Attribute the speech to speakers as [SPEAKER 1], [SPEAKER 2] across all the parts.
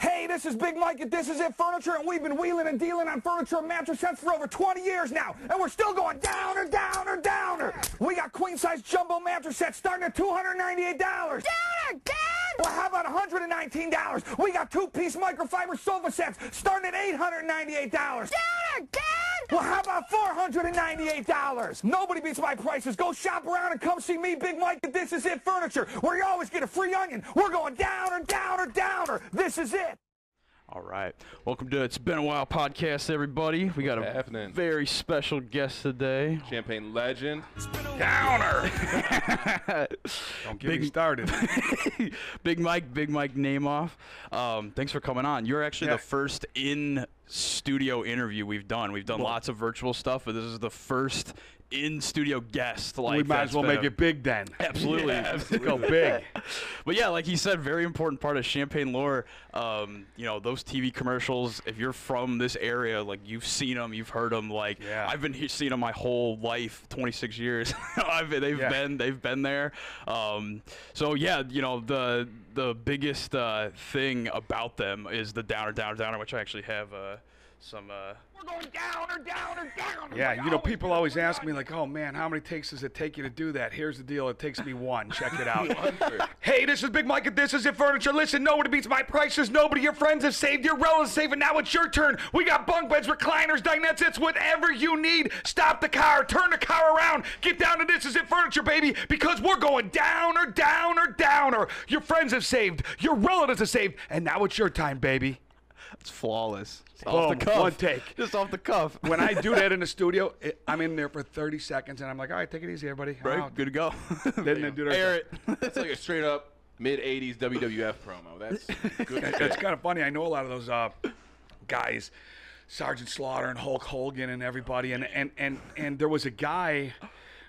[SPEAKER 1] Hey, this is Big Mike at This Is It Furniture, and we've been wheeling and dealing on furniture and mattress sets for over 20 years now, and we're still going downer, downer, downer. We got queen size jumbo mattress sets starting at $298. Downer,
[SPEAKER 2] down!
[SPEAKER 1] Well, how about $119? We got two piece microfiber sofa sets starting at $898. Downer,
[SPEAKER 2] down!
[SPEAKER 1] Well, how about $498? Nobody beats my prices. Go shop around and come see me, Big Mike, at This Is It Furniture, where you always get a free onion. We're going downer, downer, downer. This is it.
[SPEAKER 3] All right. Welcome to It's Been a While podcast, everybody. We got a
[SPEAKER 4] happening?
[SPEAKER 3] very special guest today.
[SPEAKER 4] Champagne legend.
[SPEAKER 3] Downer!
[SPEAKER 5] Don't get
[SPEAKER 3] Big-
[SPEAKER 5] me started.
[SPEAKER 3] Big Mike, Big Mike Nameoff. Um, thanks for coming on. You're actually
[SPEAKER 5] Yeah.
[SPEAKER 3] the first in studio interview we've done. We've done lots of virtual stuff, but this is the first in studio guest. Like
[SPEAKER 5] we might as
[SPEAKER 3] that's
[SPEAKER 5] well
[SPEAKER 3] been
[SPEAKER 5] make
[SPEAKER 3] a-
[SPEAKER 5] it big then.
[SPEAKER 3] Absolutely.
[SPEAKER 5] Go big.
[SPEAKER 3] but yeah, like he said, very important part of champagne lore. Um, you know, those TV commercials, if you're from this area, like you've seen them, you've heard them. Like
[SPEAKER 5] Yeah.
[SPEAKER 3] I've been he- seeing them my whole life, 26 years. I've, they've
[SPEAKER 5] Yeah.
[SPEAKER 3] been they've been there. Um, so yeah, you know, the the biggest uh, thing about them is the downer, downer, downer, which I actually have uh, some. Uh,
[SPEAKER 1] We're going downer, downer, downer.
[SPEAKER 5] Yeah,
[SPEAKER 1] We
[SPEAKER 5] you know, people
[SPEAKER 1] get a
[SPEAKER 5] always
[SPEAKER 1] free
[SPEAKER 5] ask me
[SPEAKER 1] onion.
[SPEAKER 5] like, "Oh man, how many takes does it take you to do that?" Here's the deal: it takes me one. Check it out. hey, this is Big Mike at This Is It Furniture. Listen, nobody beats my prices. Nobody, your friends have saved, your relatives saved, and now it's your turn. We got bunk beds, recliners, dinettes. It's whatever you need. Stop the car, turn the car around, get down to This Is It Furniture, baby, because we're going downer, downer, downer. Your friends have saved, your relatives have saved, and now it's your time, baby.
[SPEAKER 3] it's flawless. It's
[SPEAKER 5] Boom, one take.
[SPEAKER 3] Just off the cuff.
[SPEAKER 5] when I do that in the studio, it, I'm in there for 30 seconds and I'm like, all right, take it easy, everybody. I'm
[SPEAKER 3] Right,
[SPEAKER 5] out."
[SPEAKER 3] good to go.
[SPEAKER 5] Then they do their
[SPEAKER 3] Air it.
[SPEAKER 4] That's like a straight up mid 80s WWF promo. That's good. shit.
[SPEAKER 5] It's kind of funny. I know a lot of those uh, guys, Sergeant Slaughter and Hulk Hogan and everybody. And, and, and, and there was a guy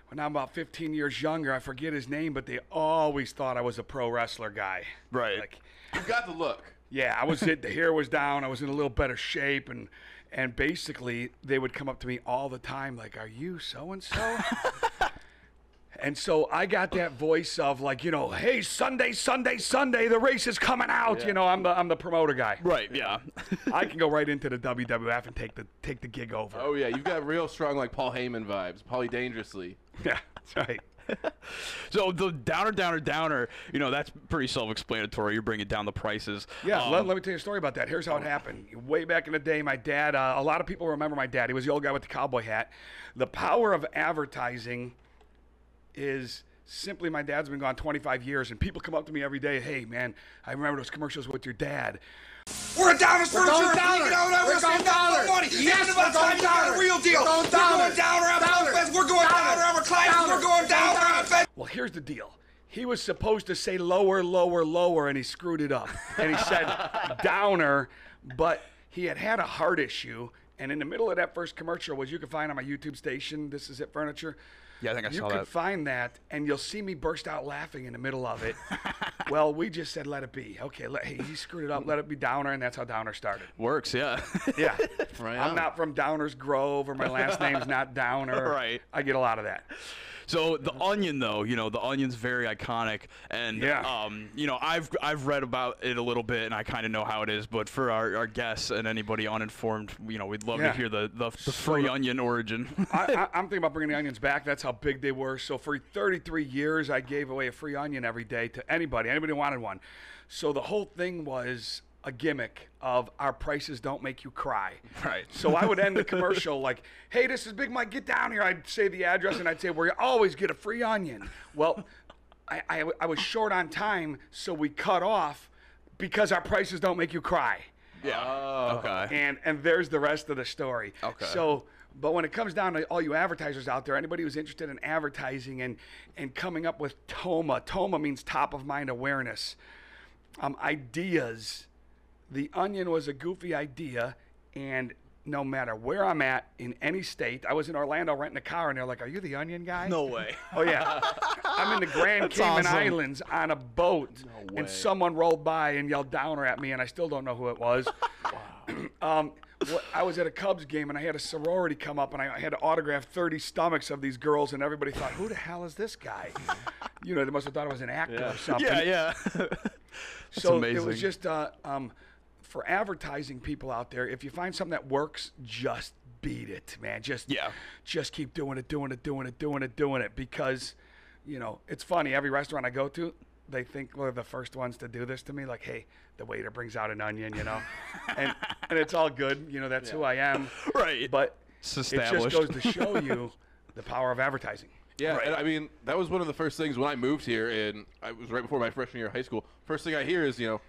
[SPEAKER 5] when I'm about 15 years younger, I forget his name, but they always thought I was a pro wrestler guy.
[SPEAKER 3] Right.
[SPEAKER 5] Like,
[SPEAKER 4] You got the look.
[SPEAKER 5] Yeah, I was it. The hair was down. I was in a little better shape, and and basically they would come up to me all the time, like, "Are you so and so?" And so I got that voice of like, you know, "Hey, Sunday, Sunday, Sunday, the race is coming out." You know, I'm the I'm the promoter guy.
[SPEAKER 3] Right, yeah.
[SPEAKER 5] I can go right into the WWF and take the take the gig over.
[SPEAKER 4] Oh yeah, you've got real strong like Paul Heyman vibes. Paulie dangerously.
[SPEAKER 5] Yeah, that's right.
[SPEAKER 3] so the downer, downer, downer, you know, that's pretty self explanatory. You're bringing down the prices.
[SPEAKER 5] Yeah,
[SPEAKER 3] Um,
[SPEAKER 5] let, let me tell you a story about that. Here's how it happened. Way back in the day, my dad, uh, a lot of people remember my dad. He was the old guy with the cowboy hat. The power of advertising is simply my dad's been gone 25 years, and people come up to me every day, hey, man, I remember those commercials with your dad.
[SPEAKER 6] We're a downer furniture.
[SPEAKER 7] going downer.
[SPEAKER 6] You know that
[SPEAKER 7] We're
[SPEAKER 6] we're
[SPEAKER 7] going
[SPEAKER 6] saying that's
[SPEAKER 7] downer.
[SPEAKER 6] no money.
[SPEAKER 7] Yes,
[SPEAKER 6] Sound of
[SPEAKER 7] we're
[SPEAKER 6] us,
[SPEAKER 7] going
[SPEAKER 6] you got
[SPEAKER 7] downer.
[SPEAKER 6] a real deal.
[SPEAKER 7] We're going
[SPEAKER 6] We're
[SPEAKER 7] downer.
[SPEAKER 6] going downer on
[SPEAKER 7] Downer.
[SPEAKER 6] Bumpfest. We're going downer
[SPEAKER 7] Downer.
[SPEAKER 6] on our clients.
[SPEAKER 7] Downer.
[SPEAKER 6] We're going downer
[SPEAKER 7] Downer.
[SPEAKER 6] on Fed.
[SPEAKER 5] Well, here's the deal. He was supposed to say lower, lower, lower, and he screwed it up. And he said downer, but he had had a heart issue. And in the middle of that first commercial was you can find on my YouTube station, This Is It Furniture.
[SPEAKER 3] Yeah, I think I
[SPEAKER 5] you
[SPEAKER 3] saw
[SPEAKER 5] can
[SPEAKER 3] that.
[SPEAKER 5] find that, and you'll see me burst out laughing in the middle of it. well, we just said let it be. Okay, let, hey, he screwed it up. Let it be downer, and that's how downer started.
[SPEAKER 3] Works, yeah.
[SPEAKER 5] Yeah,
[SPEAKER 4] Right
[SPEAKER 5] I'm
[SPEAKER 4] on.
[SPEAKER 5] not from Downers Grove, or my last name's not Downer.
[SPEAKER 3] Right.
[SPEAKER 5] I get a lot of that.
[SPEAKER 3] so the onion, though, you know, the onion's very iconic, and
[SPEAKER 5] Yeah.
[SPEAKER 3] um, you know, I've I've read about it a little bit, and I kind of know how it is. But for our, our guests and anybody uninformed, you know, we'd love
[SPEAKER 5] Yeah.
[SPEAKER 3] to hear the the, the free onion origin.
[SPEAKER 5] I, I, I'm thinking about bringing the onions back. That's how big they were. So for 33 years, I gave away a free onion every day to anybody, anybody who wanted one. So the whole thing was a gimmick of our prices don't make you cry.
[SPEAKER 3] Right.
[SPEAKER 5] So I would end the commercial like, "Hey, this is Big Mike. Get down here." I'd say the address and I'd say, "Where you always get a free onion." Well, I, I, I was short on time, so we cut off because our prices don't make you cry
[SPEAKER 3] yeah. Okay.
[SPEAKER 5] and and there's the rest of the story.
[SPEAKER 3] Okay.
[SPEAKER 5] So, but when it comes down to all you advertisers out there, anybody who's interested in advertising and and coming up with TOMA, TOMA means top of mind awareness, um, ideas. The Onion was a goofy idea, and no matter where I'm at in any state, I was in Orlando renting a car, and they're like, "Are you the Onion guy?"
[SPEAKER 3] No way.
[SPEAKER 5] Oh yeah, I'm in the Grand Cayman
[SPEAKER 3] awesome.
[SPEAKER 5] Islands on a boat, and someone rolled by and yelled downer at me, and I still don't know who it was. um, wh- I was at a Cubs game, and I had a sorority come up, and I I had to autograph 30 stomachs of these girls, and everybody thought, "Who the hell is this guy?" You know, they must have thought I was an actor or something.
[SPEAKER 3] Yeah, yeah.
[SPEAKER 5] So it
[SPEAKER 3] amazing.
[SPEAKER 5] was just uh, um, for advertising people out there, if you find something that works, just beat it, man. Just
[SPEAKER 3] Yeah.
[SPEAKER 5] just keep doing it, doing it, doing it, doing it, doing it because you know, it's funny every restaurant I go to, they think we're the first ones to do this to me like, "Hey, the waiter brings out an onion, you know." and and it's all good, you know, that's who I am.
[SPEAKER 3] Right.
[SPEAKER 5] But
[SPEAKER 3] It's
[SPEAKER 5] it just
[SPEAKER 3] established.
[SPEAKER 5] goes to show you the power of advertising.
[SPEAKER 4] Yeah, and I mean that was one of the first things when I moved here, and I it was right before my freshman year of high school. First thing I hear is you know,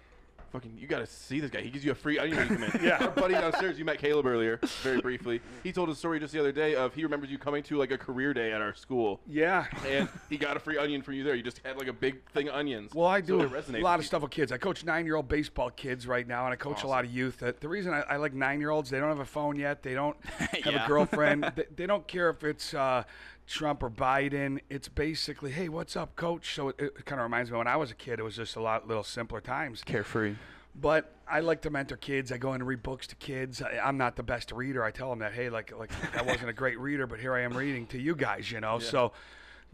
[SPEAKER 4] fucking you got to see this guy. He gives you a free onion when you come in. yeah, our buddy downstairs. You met Caleb earlier, very briefly. He told a story just the other day of he remembers you coming to like a career day at our school.
[SPEAKER 5] Yeah.
[SPEAKER 4] And he got a free onion from you there. You just had like a big thing of onions.
[SPEAKER 5] Well, I
[SPEAKER 4] So
[SPEAKER 5] do
[SPEAKER 4] it resonates
[SPEAKER 5] a lot
[SPEAKER 4] with
[SPEAKER 5] of stuff with kids. I coach nine-year-old baseball kids right now, and I coach a lot of youth. Uh, The reason I, I like nine-year-olds, they don't have a phone yet. They don't have
[SPEAKER 3] Yeah.
[SPEAKER 5] a girlfriend. they, they don't care if it's uh, Trump or Biden. It's basically, hey, what's up, coach? So it, it kind of reminds me when I was a kid, it was just a lot little simpler times.
[SPEAKER 3] Carefree.
[SPEAKER 5] But I like to mentor kids. I go in and read books to kids. I, I'm not the best reader. I tell them that, hey, like, like I wasn't a great reader, but here I am reading to you guys, you know. So,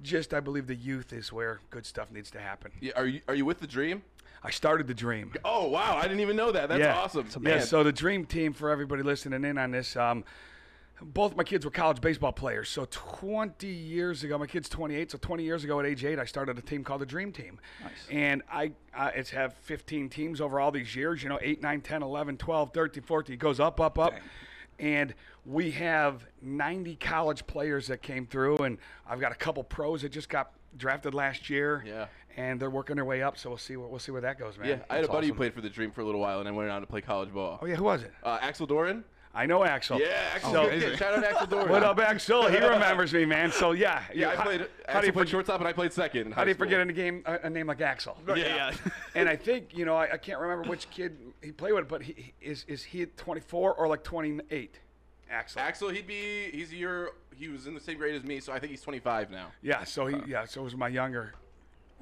[SPEAKER 5] just I believe the youth is where good stuff needs to happen.
[SPEAKER 4] Yeah, are you are you with the dream?
[SPEAKER 5] I started the dream.
[SPEAKER 4] Oh wow, I didn't even know that. That's
[SPEAKER 5] yeah.
[SPEAKER 4] awesome.
[SPEAKER 5] Yeah. So the dream team for everybody listening in on this. Um, both my kids were college baseball players. So 20 years ago, my kid's 28. So 20 years ago, at age eight, I started a team called the Dream Team. Nice. And I uh, it's have 15 teams over all these years. You know, 8, 9, 10, 11, 12, 13, 14. It goes up, up, up. And we have 90 college players that came through, and I've got a couple pros that just got drafted last year.
[SPEAKER 4] Yeah.
[SPEAKER 5] And they're working their way up, so we'll see where we'll see where that goes, man.
[SPEAKER 4] yeah, I had a
[SPEAKER 5] That's
[SPEAKER 4] buddy who
[SPEAKER 5] awesome.
[SPEAKER 4] played for the dream for a little while, and then went on to play college ball.
[SPEAKER 5] Oh yeah, who was it?
[SPEAKER 4] Uh, Axel Doran.
[SPEAKER 5] I know Axel.
[SPEAKER 4] Yeah, Axel.
[SPEAKER 5] So-
[SPEAKER 4] good kid. Shout out Axel Doran.
[SPEAKER 5] What up, Axel? He remembers me, man. So yeah,
[SPEAKER 4] Yeah, I
[SPEAKER 5] how-
[SPEAKER 4] played.
[SPEAKER 5] How, do you
[SPEAKER 4] played
[SPEAKER 5] forget?
[SPEAKER 4] shortstop and I played second. in
[SPEAKER 5] How
[SPEAKER 4] high
[SPEAKER 5] do you
[SPEAKER 4] school.
[SPEAKER 5] forget a game a, a name like Axel?
[SPEAKER 3] Yeah.
[SPEAKER 5] And I think you know I, I can't remember which kid he played with, but he, he- is is he 24 or like 28? Axel.
[SPEAKER 4] Axel, he'd be. He's a year. He was in the same grade as me, so I think he's 25 now.
[SPEAKER 5] Yeah. So
[SPEAKER 4] Uh.
[SPEAKER 5] he yeah. So it was my younger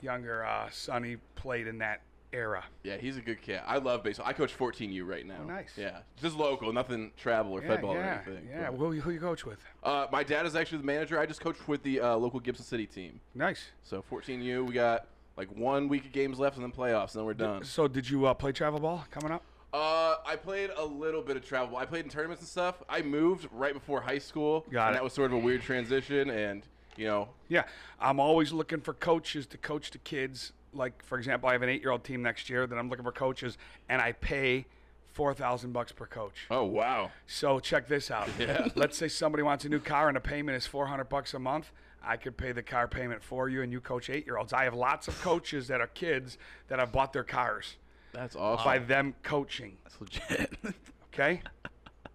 [SPEAKER 5] younger uh, son. He played in that era.
[SPEAKER 4] Yeah, he's a good kid. I love baseball. I coach 14U right now.
[SPEAKER 5] Oh, nice.
[SPEAKER 4] Yeah, just local, nothing travel or
[SPEAKER 5] Yeah,
[SPEAKER 4] fed ball
[SPEAKER 5] yeah,
[SPEAKER 4] or anything.
[SPEAKER 5] yeah.
[SPEAKER 4] but-
[SPEAKER 5] Who, who you coach with?
[SPEAKER 4] Uh, my dad is actually the manager. I just coach with the uh, local Gibson City team.
[SPEAKER 5] Nice.
[SPEAKER 4] So 14U, we got like one week of games left, and then playoffs, and then we're done.
[SPEAKER 5] So did you uh, play travel ball coming up?
[SPEAKER 4] Uh, I played a little bit of travel. I played in tournaments and stuff. I moved right before high school.
[SPEAKER 5] Got
[SPEAKER 4] and
[SPEAKER 5] it.
[SPEAKER 4] That was sort of a weird transition, and you know,
[SPEAKER 5] Yeah, I'm always looking for coaches to coach the kids. Like for example, I have an eight-year-old team next year that I'm looking for coaches, and I pay four thousand bucks per coach.
[SPEAKER 4] oh wow,
[SPEAKER 5] So check this out. Let's say somebody wants a new car and the payment is 400 bucks a month. I could pay the car payment for you and you coach 8-year-olds. I have lots of coaches that are kids that have bought their cars
[SPEAKER 4] that's awesome.
[SPEAKER 5] by them coaching,
[SPEAKER 3] That's legit.
[SPEAKER 5] okay?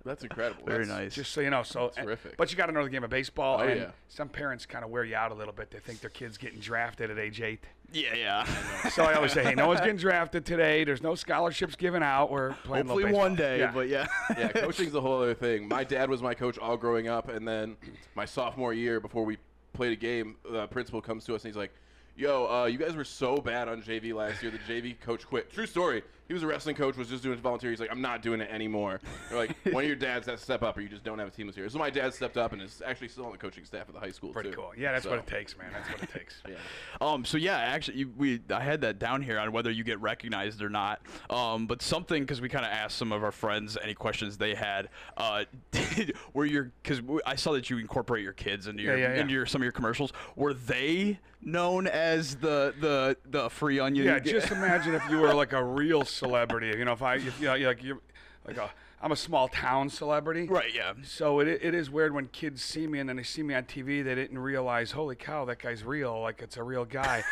[SPEAKER 4] That's incredible.
[SPEAKER 3] Very
[SPEAKER 4] That's-
[SPEAKER 3] nice.
[SPEAKER 5] Just so you know, so and-
[SPEAKER 4] terrific.
[SPEAKER 5] but you got to know the game of baseball
[SPEAKER 4] Oh,
[SPEAKER 5] and
[SPEAKER 4] yeah.
[SPEAKER 5] some parents kind of wear you out a little bit. They think their kids getting drafted at age 8.
[SPEAKER 3] yeah, yeah.
[SPEAKER 5] So I always say, hey, no one's getting drafted today. There's no scholarships given out. We're playing a little
[SPEAKER 3] Hopefully one day,
[SPEAKER 5] baseball."
[SPEAKER 3] but yeah.
[SPEAKER 4] Yeah, coaching's a whole other thing. My dad was my coach all growing up, and then my sophomore year, before we played a game, the principal comes to us and he's like, "Yo, uh, you guys were so bad on JV last year. The JV coach quit. True story. He was a wrestling coach, was just doing volunteer. He's like, I'm not doing it anymore. They're like, one of your dads has to step up, or you just don't have a team this year. So my dad stepped up and is actually still on the coaching staff at the high school.
[SPEAKER 5] Pretty
[SPEAKER 4] too.
[SPEAKER 5] cool. Yeah, that's what
[SPEAKER 4] So,
[SPEAKER 5] it takes, man. That's what it takes.
[SPEAKER 4] Yeah.
[SPEAKER 3] Um, so yeah, actually, you, we I had that down here on whether you get recognized or not. Um, but something because we kind of asked some of our friends any questions they had. Uh, did, were your because I saw that you incorporate your kids into your
[SPEAKER 5] Yeah, yeah, yeah.
[SPEAKER 3] into your some of your commercials. Were they known as the the the free onion?
[SPEAKER 5] Yeah, just imagine if you were like a real celebrity. You know, if I, if, you know, you're like you're like a, I'm a small town celebrity.
[SPEAKER 3] right. Yeah.
[SPEAKER 5] So it, it is weird when kids see me and then they see me on TV, they didn't realize, holy cow, that guy's real, like it's a real guy.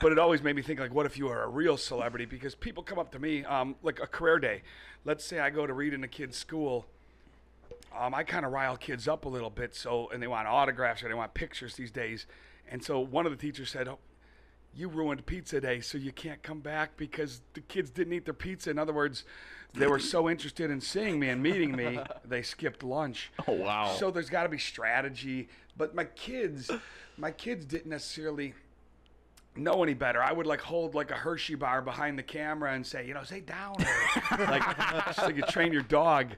[SPEAKER 5] but it always made me think, like, what if you were a real celebrity? Because people come up to me, um, like a career day. Let's say I go to read in a kid's school. Um, I kind of rile kids up a little bit, so and they want autographs or they want pictures these days. And so one of the teachers said, oh, you ruined pizza day, so you can't come back because the kids didn't eat their pizza. In other words, they were so interested in seeing me and meeting me, they skipped lunch.
[SPEAKER 3] Oh, wow.
[SPEAKER 5] So there's got to be strategy. But my kids, my kids didn't necessarily know any better. I would like hold like a Hershey bar behind the camera and say, you know, say down, like so you train your dog,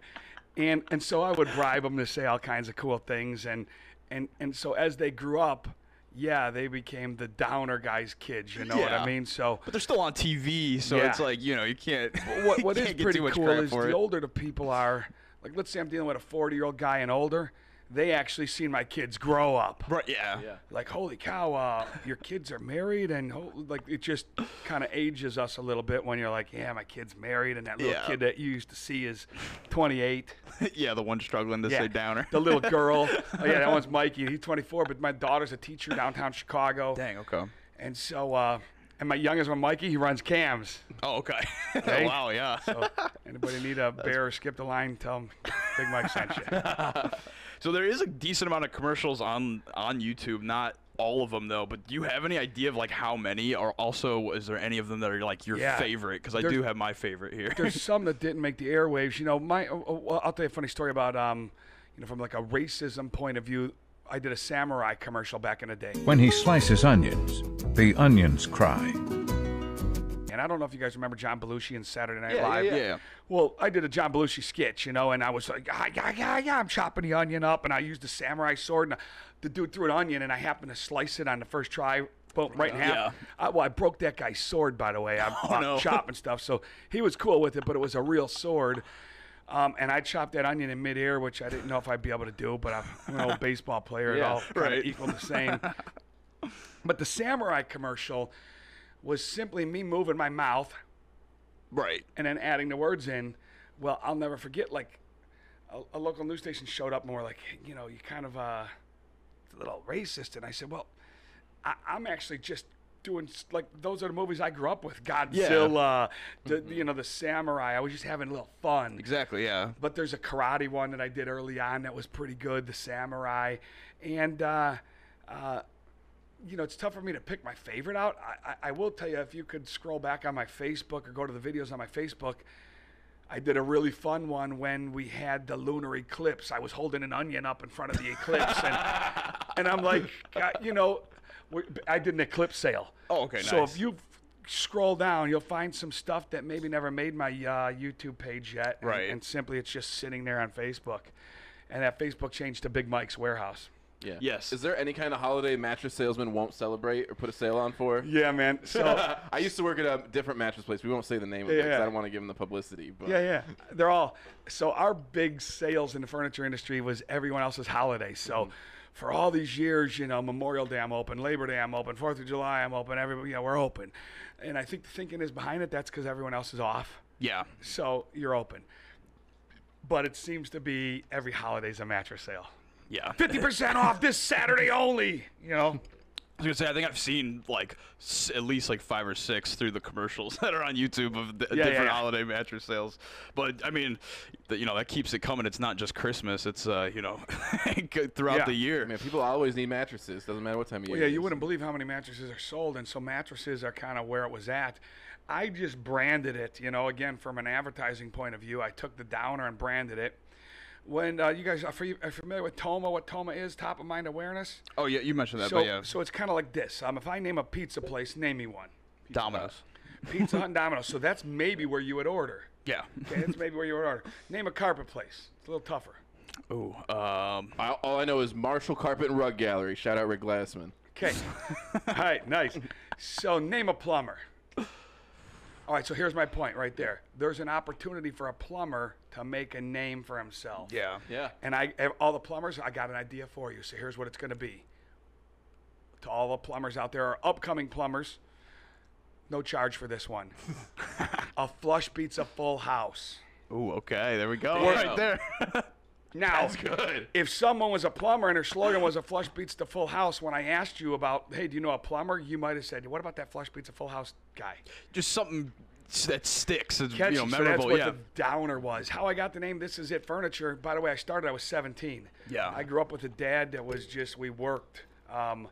[SPEAKER 5] and and so I would bribe them to say all kinds of cool things, and and and so as they grew up, yeah, they became the downer guys' kids. You know what
[SPEAKER 3] Yeah.
[SPEAKER 5] I mean? So
[SPEAKER 3] But they're still on TV, so
[SPEAKER 5] Yeah.
[SPEAKER 3] it's like you know you can't.
[SPEAKER 5] what,
[SPEAKER 3] you
[SPEAKER 5] what is
[SPEAKER 3] can't get
[SPEAKER 5] pretty
[SPEAKER 3] too much
[SPEAKER 5] cool
[SPEAKER 3] crap
[SPEAKER 5] is
[SPEAKER 3] for
[SPEAKER 5] the
[SPEAKER 3] it.
[SPEAKER 5] older the people are, like let's say I'm dealing with a 40 year old guy and older, they actually seen my kids grow up.
[SPEAKER 3] Right, yeah.
[SPEAKER 5] Like holy cow, uh, your kids are married, and ho- like it just kind of ages us a little bit when you're like, yeah, my kid's married, and that little
[SPEAKER 3] Yeah.
[SPEAKER 5] kid that you used to see is 28.
[SPEAKER 3] Yeah. the one struggling to say downer.
[SPEAKER 5] The little girl, oh yeah, that one's Mikey. He's 24, but my daughter's a teacher downtown Chicago,
[SPEAKER 3] Dang, okay.
[SPEAKER 5] and so uh, and my youngest one, Mikey, he runs cams.
[SPEAKER 3] Oh, okay.
[SPEAKER 5] Hey.
[SPEAKER 3] wow, yeah.
[SPEAKER 5] So anybody need a bear or skip the line, tell them Big Mike sent you.
[SPEAKER 3] So there is a decent amount of commercials on on YouTube. Not all of them though, but do you have any idea of like how many? Or also, is there any of them that are like your
[SPEAKER 5] Yeah.
[SPEAKER 3] favorite? Because I
[SPEAKER 5] There's-
[SPEAKER 3] do have my favorite here.
[SPEAKER 5] There's some that didn't make the airwaves. You know, my oh, oh, well, I'll tell you a funny story about um, you know, from like a racism point of view. I did a samurai commercial back in the day,
[SPEAKER 7] When he slices onions, the onions cry.
[SPEAKER 5] and I don't know if you guys remember John Belushi in Saturday Night
[SPEAKER 3] Yeah, yeah,
[SPEAKER 5] Live.
[SPEAKER 3] yeah. Yeah.
[SPEAKER 5] Well, I did a John Belushi sketch, you know, and I was like, ah, yeah, yeah, yeah, I'm chopping the onion up, and I used the samurai sword, and the dude threw an onion, and I happened to slice it on the first try, boom, right in half.
[SPEAKER 3] Yeah. Oh,
[SPEAKER 5] I, well, I broke that guy's sword, by the way. I, am
[SPEAKER 3] no.
[SPEAKER 5] chopping stuff, so he was cool with it, but it was a real sword. Um, and I chopped that onion in midair, which I didn't know if I'd be able to do, but I'm, I'm an old baseball player, and
[SPEAKER 3] Yeah,
[SPEAKER 5] all kind
[SPEAKER 3] right.
[SPEAKER 5] of equal the same. but the samurai commercial was simply me moving my mouth
[SPEAKER 3] right.
[SPEAKER 5] and then adding the words in. Well, I'll never forget. Like a, a local news station showed up and were like, you know, you kind of uh, it's a little racist. And I said, well, I, I'm actually just doing s- like those are the movies I grew up with. Godzilla, the, you know, the samurai. I was just having a little fun.
[SPEAKER 3] Exactly. Yeah.
[SPEAKER 5] But there's a karate one that I did early on that was pretty good, the samurai, and uh, uh, you know it's tough for me to pick my favorite out. I, I, I will tell you if you could scroll back on my Facebook or go to the videos on my Facebook. I did a really fun one when we had the lunar eclipse. I was holding an onion up in front of the eclipse, and, and I'm like, God, you know, we- I did an eclipse sale.
[SPEAKER 3] Oh, okay,
[SPEAKER 5] So
[SPEAKER 3] nice.
[SPEAKER 5] if you scroll down, you'll find some stuff that maybe never made my uh, YouTube page yet. and-
[SPEAKER 3] Right.
[SPEAKER 5] And, simply, it's just sitting there on Facebook, and that Facebook changed to Big Mike's Warehouse.
[SPEAKER 4] Yeah.
[SPEAKER 3] Yes.
[SPEAKER 4] Is there any kind of holiday mattress salesman won't celebrate or put a sale on for?
[SPEAKER 5] Yeah, man. So
[SPEAKER 4] I used to work at a different mattress place. We won't say the name of it 'cause
[SPEAKER 5] Yeah.
[SPEAKER 4] I don't want to give them the publicity. But
[SPEAKER 5] Yeah, yeah. They're all so our big sales in the furniture industry was everyone else's holiday. So for all these years, you know, Memorial Day I'm open, Labor Day I'm open, Fourth of July I'm open, everybody yeah, we're open. And I think the thinking is behind it, that's because everyone else is off.
[SPEAKER 3] Yeah.
[SPEAKER 5] So you're open. But it seems to be every holiday's a mattress sale.
[SPEAKER 3] Yeah.
[SPEAKER 5] Fifty percent off this Saturday only. You know?
[SPEAKER 3] I was gonna say, I think I've seen like s- at least like five or six through the commercials that are on YouTube of the
[SPEAKER 5] Yeah, yeah,
[SPEAKER 3] different
[SPEAKER 5] yeah.
[SPEAKER 3] holiday mattress sales. But I mean, th- you know, that keeps it coming. It's not just Christmas. It's uh, you know, go- throughout
[SPEAKER 5] Yeah.
[SPEAKER 3] the year.
[SPEAKER 4] Man, people always need mattresses. Doesn't matter what time of year.
[SPEAKER 5] Well, yeah,
[SPEAKER 4] it
[SPEAKER 5] you
[SPEAKER 4] is.
[SPEAKER 5] wouldn't believe how many mattresses are sold, and so mattresses are kind of where it was at. I just branded it, you know, again from an advertising point of view. I took the downer and branded it. When uh, you guys are, you, are familiar with Toma, what Toma is, top of mind awareness.
[SPEAKER 3] Oh yeah, you mentioned that,
[SPEAKER 5] So,
[SPEAKER 3] but yeah,
[SPEAKER 5] so it's kind of like this. Um, if I name a pizza place, name me one.
[SPEAKER 3] Domino's.
[SPEAKER 5] uh, Pizza Hut and Domino's. So that's maybe where you would order.
[SPEAKER 3] Yeah.
[SPEAKER 5] Okay, that's maybe where you would order. Name a carpet place. It's a little tougher.
[SPEAKER 3] Ooh. Um.
[SPEAKER 4] I, all I know is Marshall Carpet and Rug Gallery. Shout out Rick Glassman.
[SPEAKER 5] Okay. All right, nice. So name a plumber. All right, so here's my point right there. There's an opportunity for a plumber to make a name for himself.
[SPEAKER 3] Yeah.
[SPEAKER 4] Yeah.
[SPEAKER 5] And I eh, all the plumbers, I got an idea for you. So here's what it's going to be. To all the plumbers out there, or upcoming plumbers, no charge for this one. a flush beats a full house.
[SPEAKER 3] Ooh. Okay. There we go.
[SPEAKER 4] Yeah.
[SPEAKER 3] Right there.
[SPEAKER 5] Now,
[SPEAKER 3] good.
[SPEAKER 5] if someone was a plumber and her slogan was a flush beats the full house, when I asked you about, hey, do you know a plumber? You might have said, what about that flush beats a full house guy?
[SPEAKER 3] Just something s- that sticks. It's,
[SPEAKER 5] Catchy.
[SPEAKER 3] you know,
[SPEAKER 5] so that's
[SPEAKER 3] memorable.
[SPEAKER 5] what
[SPEAKER 3] yeah.
[SPEAKER 5] the downer was. How I got the name This Is It Furniture. By the way, I started, I was 17.
[SPEAKER 3] Yeah.
[SPEAKER 5] I grew up with a dad that was just, we worked. Um,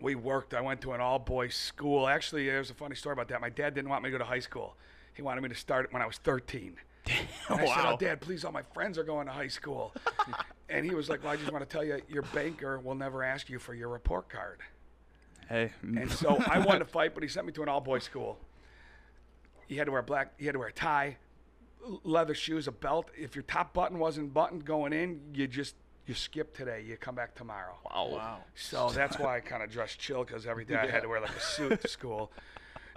[SPEAKER 5] we worked. I went to an all boys school. Actually, there's a funny story about that. My dad didn't want me to go to high school, he wanted me to start it when I was 13. And I said,
[SPEAKER 3] Wow.
[SPEAKER 5] oh, Dad, please, all my friends are going to high school. and he was like, Well, I just want to tell you, your banker will never ask you for your report card.
[SPEAKER 3] hey.
[SPEAKER 5] And so I wanted to fight, but he sent me to an all-boys school. He had to wear black. He had to wear a tie, l- leather shoes, a belt. If your top button wasn't buttoned going in, you just You skip today, you come back tomorrow.
[SPEAKER 3] Wow. wow.
[SPEAKER 5] So that's why I kind of dressed chill because every day I had to wear like a suit to school.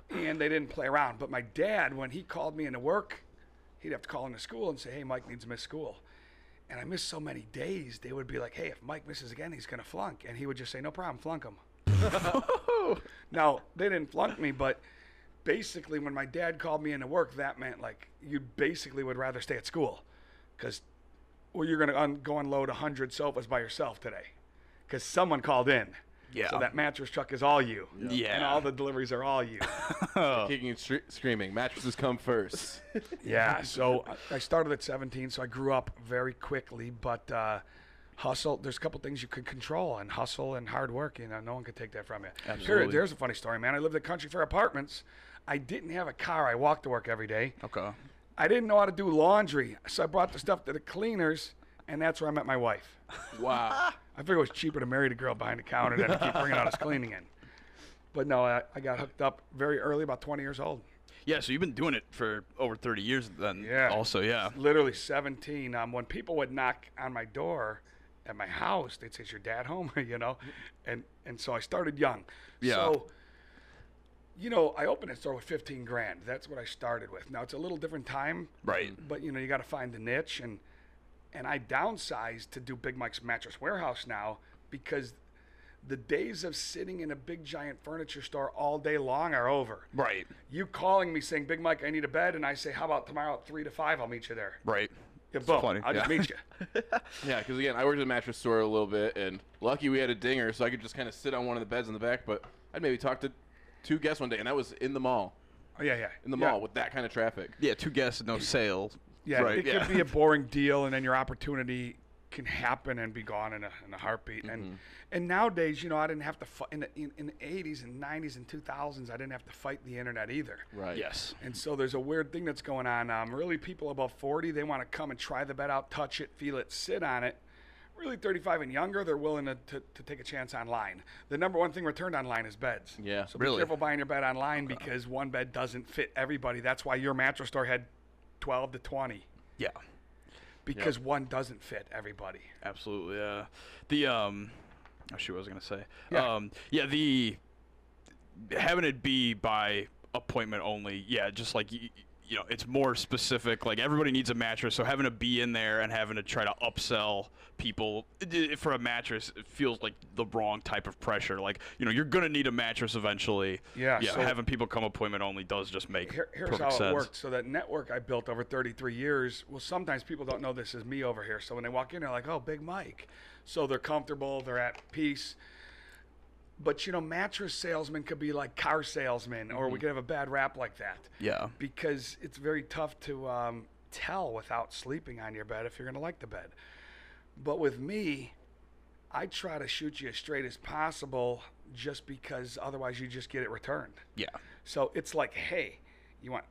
[SPEAKER 5] And they didn't play around. But my dad, when he called me into work, he'd have to call into school and say, hey, Mike needs to miss school. And I missed so many days, they would be like, hey, if Mike misses again, he's going to flunk. And he would just say, no problem, flunk him. now, they didn't flunk me, but basically, when my dad called me into work, that meant like you basically would rather stay at school because well, you're going to un- go unload 100 sofas by yourself today because someone called in.
[SPEAKER 3] Yeah.
[SPEAKER 5] So that mattress truck is all you.
[SPEAKER 3] Yeah.
[SPEAKER 5] And all the deliveries are all you.
[SPEAKER 4] Uh, Kicking and stre- screaming. Mattresses come first.
[SPEAKER 5] yeah. So uh, I- I started at 17, so I grew up very quickly. But uh, hustle, there's a couple things you could control, and hustle and hard work. You know, no one could take that from you. Period. There's a funny story, man. I lived at Country Fair Apartments. I didn't have a car. I walked to work every day.
[SPEAKER 3] Okay.
[SPEAKER 5] I didn't know how to do laundry, so I brought the stuff to the cleaners, and that's where I met my wife.
[SPEAKER 4] Wow.
[SPEAKER 5] I figured it was cheaper to marry the girl behind the counter than to keep bringing out his cleaning in. But no, I, I got hooked up very early, about 20 years old.
[SPEAKER 3] Yeah, so you've been doing it for over 30 years then.
[SPEAKER 5] Yeah.
[SPEAKER 3] Also, yeah.
[SPEAKER 5] Literally 17. Um, when people would knock on my door at my house, they'd say, "Is your dad home?" you know, and and so I started young.
[SPEAKER 3] Yeah.
[SPEAKER 5] So, you know, I opened a store with 15 grand. That's what I started with. Now it's a little different time,
[SPEAKER 3] Right.
[SPEAKER 5] But you know, you got to find the niche, and and I downsized to do Big Mike's Mattress Warehouse now because the days of sitting in a big giant furniture store all day long are over.
[SPEAKER 3] Right.
[SPEAKER 5] You calling me saying, Big Mike, I need a bed, and I say, How about tomorrow at three to five? I'll meet you there.
[SPEAKER 3] Right.
[SPEAKER 5] Yeah, boom.
[SPEAKER 3] funny,
[SPEAKER 5] I'll just
[SPEAKER 3] yeah.
[SPEAKER 5] meet you.
[SPEAKER 4] Yeah, because again, I worked at a mattress store a little bit, and lucky we had a dinger, so I could just kind of sit on one of the beds in the back. But I'd maybe talk to two guests one day, and I was in the mall,
[SPEAKER 5] Oh, yeah, yeah.
[SPEAKER 4] in the
[SPEAKER 5] yeah.
[SPEAKER 4] mall with that kind of traffic.
[SPEAKER 3] Yeah, two guests, no sale.
[SPEAKER 5] Yeah,
[SPEAKER 3] right.
[SPEAKER 5] it could be a boring deal, and then your opportunity can happen and be gone in a, in a heartbeat.
[SPEAKER 4] Mm-hmm.
[SPEAKER 5] And and nowadays, you know, I didn't have to fight in the, in, in the 80s and 90s and 2000s. I didn't have to fight the internet either.
[SPEAKER 4] Right.
[SPEAKER 3] Yes.
[SPEAKER 5] And so there's a weird thing that's going on. Um, really, people above 40, they want to come and try the bed out, touch it, feel it, sit on it. Really, 35 and younger, they're willing to, to, to take a chance online. The number one thing returned online is beds.
[SPEAKER 4] Yeah.
[SPEAKER 5] So be
[SPEAKER 3] Really?
[SPEAKER 5] careful buying your bed online because one bed doesn't fit everybody. That's why your mattress store had 12 to 20
[SPEAKER 3] Yeah.
[SPEAKER 5] because one doesn't fit everybody.
[SPEAKER 3] Absolutely. Yeah. The um, oh shoot, what was I gonna say?
[SPEAKER 5] Yeah.
[SPEAKER 3] Um, yeah. The having it be by appointment only. Yeah, just like. Y- y- you know, it's more specific. Like everybody needs a mattress, so having to be in there and having to try to upsell people i- i- for a mattress it feels like the wrong type of pressure. Like you know, you're gonna need a mattress eventually.
[SPEAKER 5] Yeah,
[SPEAKER 3] Yeah.
[SPEAKER 5] so-
[SPEAKER 3] having people come appointment only does just make
[SPEAKER 5] Here, here's
[SPEAKER 3] perfect
[SPEAKER 5] how
[SPEAKER 3] sense.
[SPEAKER 5] it worked. So that network I built over 33 years. Well, sometimes people don't know this is me over here. So when they walk in, they're like, "Oh, Big Mike." So they're comfortable. They're at peace. But you know, mattress salesmen could be like car salesmen, or we could have a bad rap like that.
[SPEAKER 3] Mm-hmm. Yeah.
[SPEAKER 5] Because it's very tough to um, tell without sleeping on your bed if you're going to like the bed. But with me, I try to shoot you as straight as possible, just because otherwise you just get it returned.
[SPEAKER 3] Yeah.
[SPEAKER 5] So it's like, hey, you want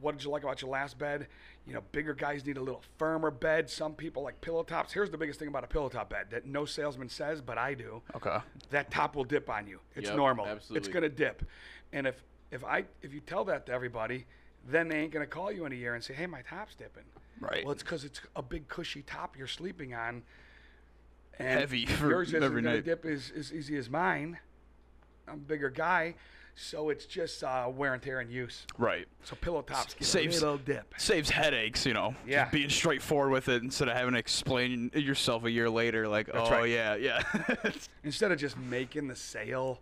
[SPEAKER 5] what did you like about your last bed? You know, bigger guys need a little firmer bed. Some people like pillow tops. Here's the biggest thing about a pillow top bed that no salesman says, but I do.
[SPEAKER 3] Okay.
[SPEAKER 5] That top will dip on you. It's
[SPEAKER 4] Yep,
[SPEAKER 5] normal. It's
[SPEAKER 4] absolutely.
[SPEAKER 5] gonna dip. And if if I if you tell that to everybody, then they ain't gonna call you in a year and say, Hey, my top's dipping.
[SPEAKER 3] Right.
[SPEAKER 5] Well, it's because it's a big cushy top you're sleeping on. And
[SPEAKER 3] Heavy for
[SPEAKER 5] yours isn't
[SPEAKER 3] every
[SPEAKER 5] gonna
[SPEAKER 3] night.
[SPEAKER 5] dip as, as easy as mine. I'm a bigger guy, so it's just uh, wear and tear and use.
[SPEAKER 3] Right.
[SPEAKER 5] So pillow tops get
[SPEAKER 3] saves-
[SPEAKER 5] a little dip.
[SPEAKER 3] saves headaches, you know. just
[SPEAKER 5] Yeah.
[SPEAKER 3] being straightforward with it instead of having to explain yourself a year later, like, oh
[SPEAKER 5] right.
[SPEAKER 3] yeah, yeah.
[SPEAKER 5] Instead of just making the sale,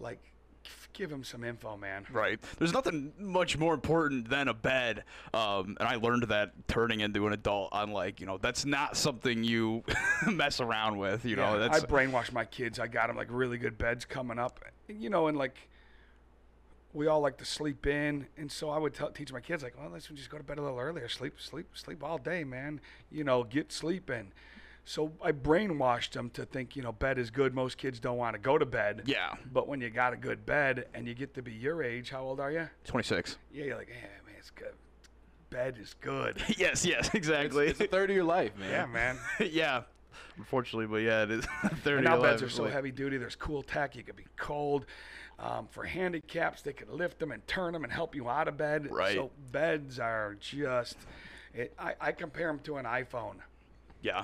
[SPEAKER 5] like f- give him some info, man.
[SPEAKER 3] right. There's nothing much more important than a bed, um, and I learned that turning into an adult. I'm like, you know, that's not something you mess around with. You know,
[SPEAKER 5] Yeah,
[SPEAKER 3] Oh, that's
[SPEAKER 5] I brainwashed my kids. I got them like really good beds coming up, and, you know, and like we all like to sleep in, and so I would tell teach my kids like, well, let's just go to bed a little earlier, sleep, sleep, sleep all day, man. You know, get sleep in. So I brainwashed them to think you know bed is good. Most kids don't want to go to bed.
[SPEAKER 3] Yeah.
[SPEAKER 5] But when you got a good bed and you get to be your age, how old are you?
[SPEAKER 3] 26.
[SPEAKER 5] Yeah, you're like, yeah, man, it's good. Bed is good.
[SPEAKER 3] yes, yes, exactly.
[SPEAKER 4] It's a third of your life, man.
[SPEAKER 5] yeah, man.
[SPEAKER 3] yeah. Unfortunately, but yeah, it is. 30
[SPEAKER 5] And now beds
[SPEAKER 3] alive,
[SPEAKER 5] are so
[SPEAKER 3] like-
[SPEAKER 5] heavy duty. There's cool tech. You could be cold. Um, for handicaps, they could lift them and turn them and help you out of bed.
[SPEAKER 3] Right.
[SPEAKER 5] So beds are just, it, I, I compare them to an iPhone.
[SPEAKER 3] Yeah.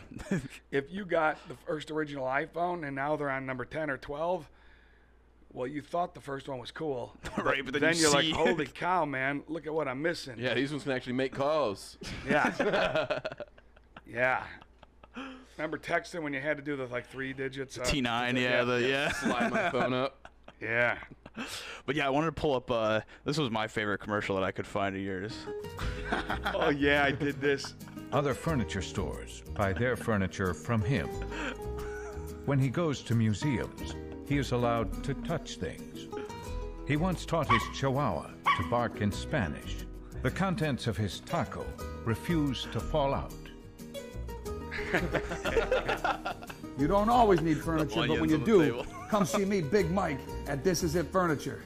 [SPEAKER 5] if you got the first original iPhone and now they're on number 10 or 12, well, you thought the first one was cool.
[SPEAKER 3] right, but then,
[SPEAKER 5] then
[SPEAKER 3] you
[SPEAKER 5] you're
[SPEAKER 3] see-
[SPEAKER 5] like, holy cow, man, look at what I'm missing.
[SPEAKER 4] Yeah, these ones can actually make calls.
[SPEAKER 5] Yeah. yeah. Remember texting when you had to do the like three digits? uh,
[SPEAKER 3] T9, yeah, the, yeah.
[SPEAKER 4] Slide my phone up.
[SPEAKER 5] Yeah.
[SPEAKER 3] But yeah, I wanted to pull up. Uh, this was my favorite commercial that I could find of yours.
[SPEAKER 5] Oh, yeah, I did this.
[SPEAKER 7] Other furniture stores buy their furniture from him. When he goes to museums, he is allowed to touch things. He once taught his chihuahua to bark in Spanish. The contents of his taco refuse to fall out.
[SPEAKER 8] You don't always need furniture, but
[SPEAKER 3] onions
[SPEAKER 8] when you
[SPEAKER 3] on the
[SPEAKER 8] do,
[SPEAKER 3] table.
[SPEAKER 8] come see me, Big Mike, at This Is It Furniture.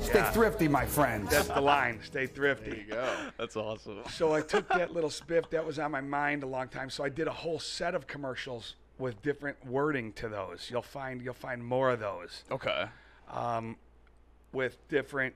[SPEAKER 8] Stay thrifty, my friends.
[SPEAKER 5] That's the line. Stay thrifty.
[SPEAKER 4] There you go.
[SPEAKER 3] That's awesome.
[SPEAKER 5] So I took that little spiff that was on my mind a long time. So I did a whole set of commercials with different wording to those. You'll find you'll find more of those
[SPEAKER 3] Okay.
[SPEAKER 5] with different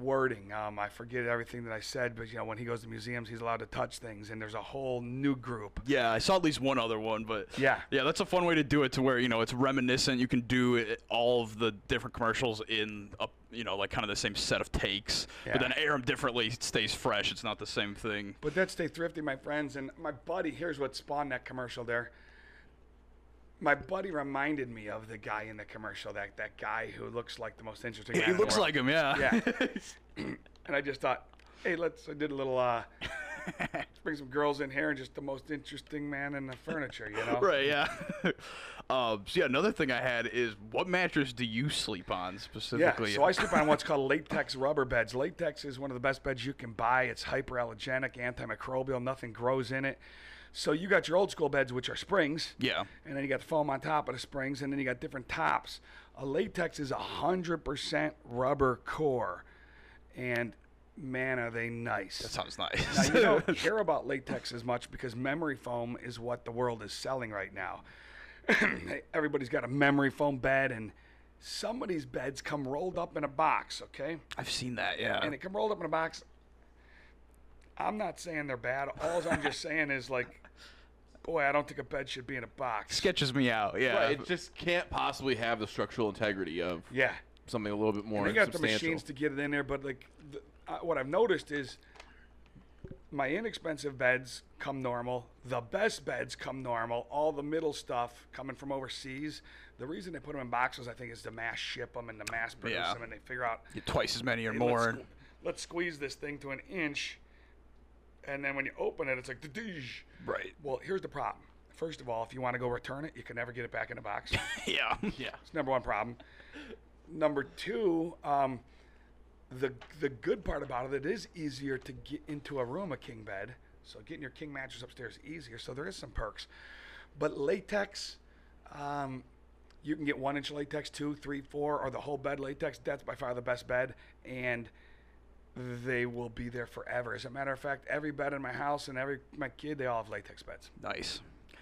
[SPEAKER 5] wording. Um, I forget everything that I said, but you know when he goes to museums, he's allowed to touch things, and there's a whole new group.
[SPEAKER 3] Yeah, I saw at least one other one, but
[SPEAKER 5] Yeah.
[SPEAKER 3] yeah, that's a fun way to do it to where you know it's reminiscent. You can do it, all of the different commercials in a you know like kind of the same set of takes, but
[SPEAKER 5] Yeah.
[SPEAKER 3] then air them differently. It stays fresh. It's not the same thing.
[SPEAKER 5] But that's stay thrifty, my friends. And my buddy, here's what spawned that commercial there. My buddy reminded me of the guy in the commercial, that that guy who looks like the most interesting. man
[SPEAKER 3] He
[SPEAKER 5] in the
[SPEAKER 3] looks
[SPEAKER 5] world.
[SPEAKER 3] like him. Yeah.
[SPEAKER 5] Yeah. and I just thought, hey, let's. I did a little. uh let's bring some girls in here and just the most interesting man in the furniture, you know?
[SPEAKER 3] Right, yeah. um, so yeah, another thing I had is what mattress do you sleep on
[SPEAKER 5] Yeah.
[SPEAKER 3] specifically?
[SPEAKER 5] So I sleep on what's called latex rubber beds. Latex is one of the best beds you can buy. It's hyperallergenic, antimicrobial. Nothing grows in it. So you got your old school beds, which are springs.
[SPEAKER 3] Yeah.
[SPEAKER 5] And then you got the foam on top of the springs, and then you got different tops. A latex is hundred percent rubber core, and man, are they nice.
[SPEAKER 3] that sounds nice.
[SPEAKER 5] Now, you don't hear about latex as much because memory foam is what the world is selling right now. Everybody's got a memory foam bed, and some of these beds come rolled up in a box, okay?
[SPEAKER 3] I've seen that, yeah.
[SPEAKER 5] And it come rolled up in a box. I'm not saying they're bad. All I'm just saying is, like, boy, I don't think a bed should be in a box.
[SPEAKER 3] sketches me out, yeah.
[SPEAKER 4] Right, it just can't possibly have the structural integrity of
[SPEAKER 5] Yeah.
[SPEAKER 4] something a little bit more
[SPEAKER 5] They got the
[SPEAKER 4] substantial.
[SPEAKER 5] machines to get it in there, but, like, the, uh, what I've noticed is my inexpensive beds come normal. The best beds come normal. All the middle stuff coming from overseas. The reason they put them in boxes, I think, is to mass ship them and to mass produce
[SPEAKER 3] Yeah.
[SPEAKER 5] them, and they figure out
[SPEAKER 3] Get twice as many or
[SPEAKER 5] "Hey,
[SPEAKER 3] more.
[SPEAKER 5] Let's, sque- let's squeeze this thing to an inch, and then when you open it, it's like "Da-deesh."
[SPEAKER 3] Right.
[SPEAKER 5] Well, here's the problem. First of all, if you want to go return it, you can never get it back in the box.
[SPEAKER 3] Yeah. Yeah.
[SPEAKER 5] It's number one problem. Number two, um, the the good part about it, it is easier to get into a room a king bed. So getting your king mattress upstairs is easier. So there is some perks, but latex, um, you can get one inch latex, two, three, four, or the whole bed latex. That's by far the best bed, and they will be there forever. As a matter of fact, every bed in my house and every my kid, they all have latex beds.
[SPEAKER 3] Nice.